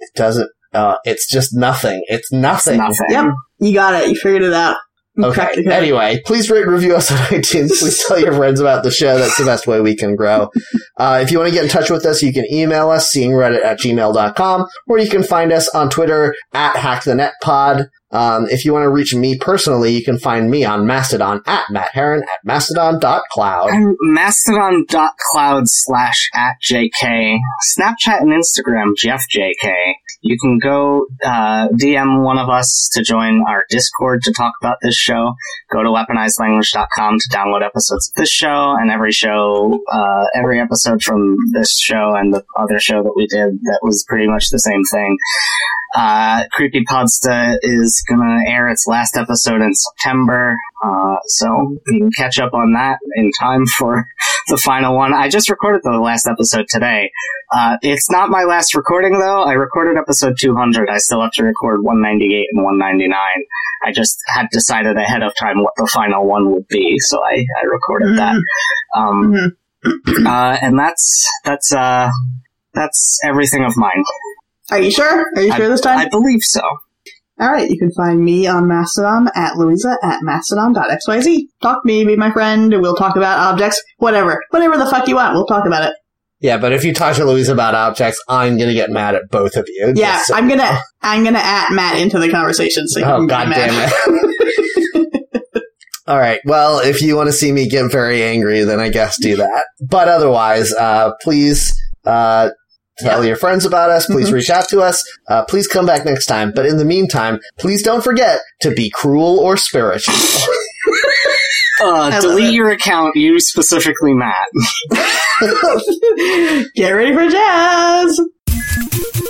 Speaker 1: It doesn't, uh, it's just nothing. It's nothing.
Speaker 2: Nothing.
Speaker 3: Yep. You got it. You figured it out. You cracked
Speaker 1: Okay.
Speaker 3: it.
Speaker 1: Anyway, please rate and review us on iTunes. Please tell your friends about the show. That's the best way we can grow. Uh, if you want to get in touch with us, you can email us, seeingreddit at gmail.com, or you can find us on Twitter at hackthenetpod. Um, if you want to reach me personally, you can find me on Mastodon at Matt Heron at mastodon.cloud.
Speaker 2: I'm mastodon.cloud slash at JK. Snapchat and Instagram, Jeff JK. You can go uh, DM one of us to join our Discord to talk about this show. Go to weaponizedlanguage.com to download episodes of this show and every show, uh, every episode from this show and the other show that we did that was pretty much the same thing. Uh, Creepypodsta is gonna air its last episode in September, uh, so you can catch up on that in time for the final one. I just recorded the last episode today. Uh, it's not my last recording though. I recorded episode 200. I still have to record 198 and 199. I just had decided ahead of time what the final one would be, so I, I recorded that. Um,
Speaker 3: Mhm.
Speaker 2: uh, and that's that's uh, that's everything of mine.
Speaker 3: Are you sure? Are you sure this time?
Speaker 2: I believe so.
Speaker 3: All right, you can find me on Mastodon at Louisa at mastodon.xyz. Talk to me, be my friend. We'll talk about objects, whatever, whatever the fuck you want. We'll talk about it.
Speaker 1: Yeah, but if you talk to Louise about objects, I'm gonna get mad at both of you.
Speaker 3: Yeah,
Speaker 1: Just-
Speaker 3: I'm gonna I'm gonna at Matt into the conversation. So you
Speaker 1: Oh
Speaker 3: can
Speaker 1: god
Speaker 3: get
Speaker 1: damn
Speaker 3: mad.
Speaker 1: it. All right. Well, if you want to see me get very angry, then I guess do that. But otherwise, uh, please uh, tell your friends about us. Please reach out to us. Uh, please come back next time. But in the meantime, please don't forget to be cruel or spiritual.
Speaker 2: Uh,
Speaker 3: love
Speaker 2: delete
Speaker 3: it.
Speaker 2: your account, you specifically, Matt.
Speaker 3: Get ready for jazz.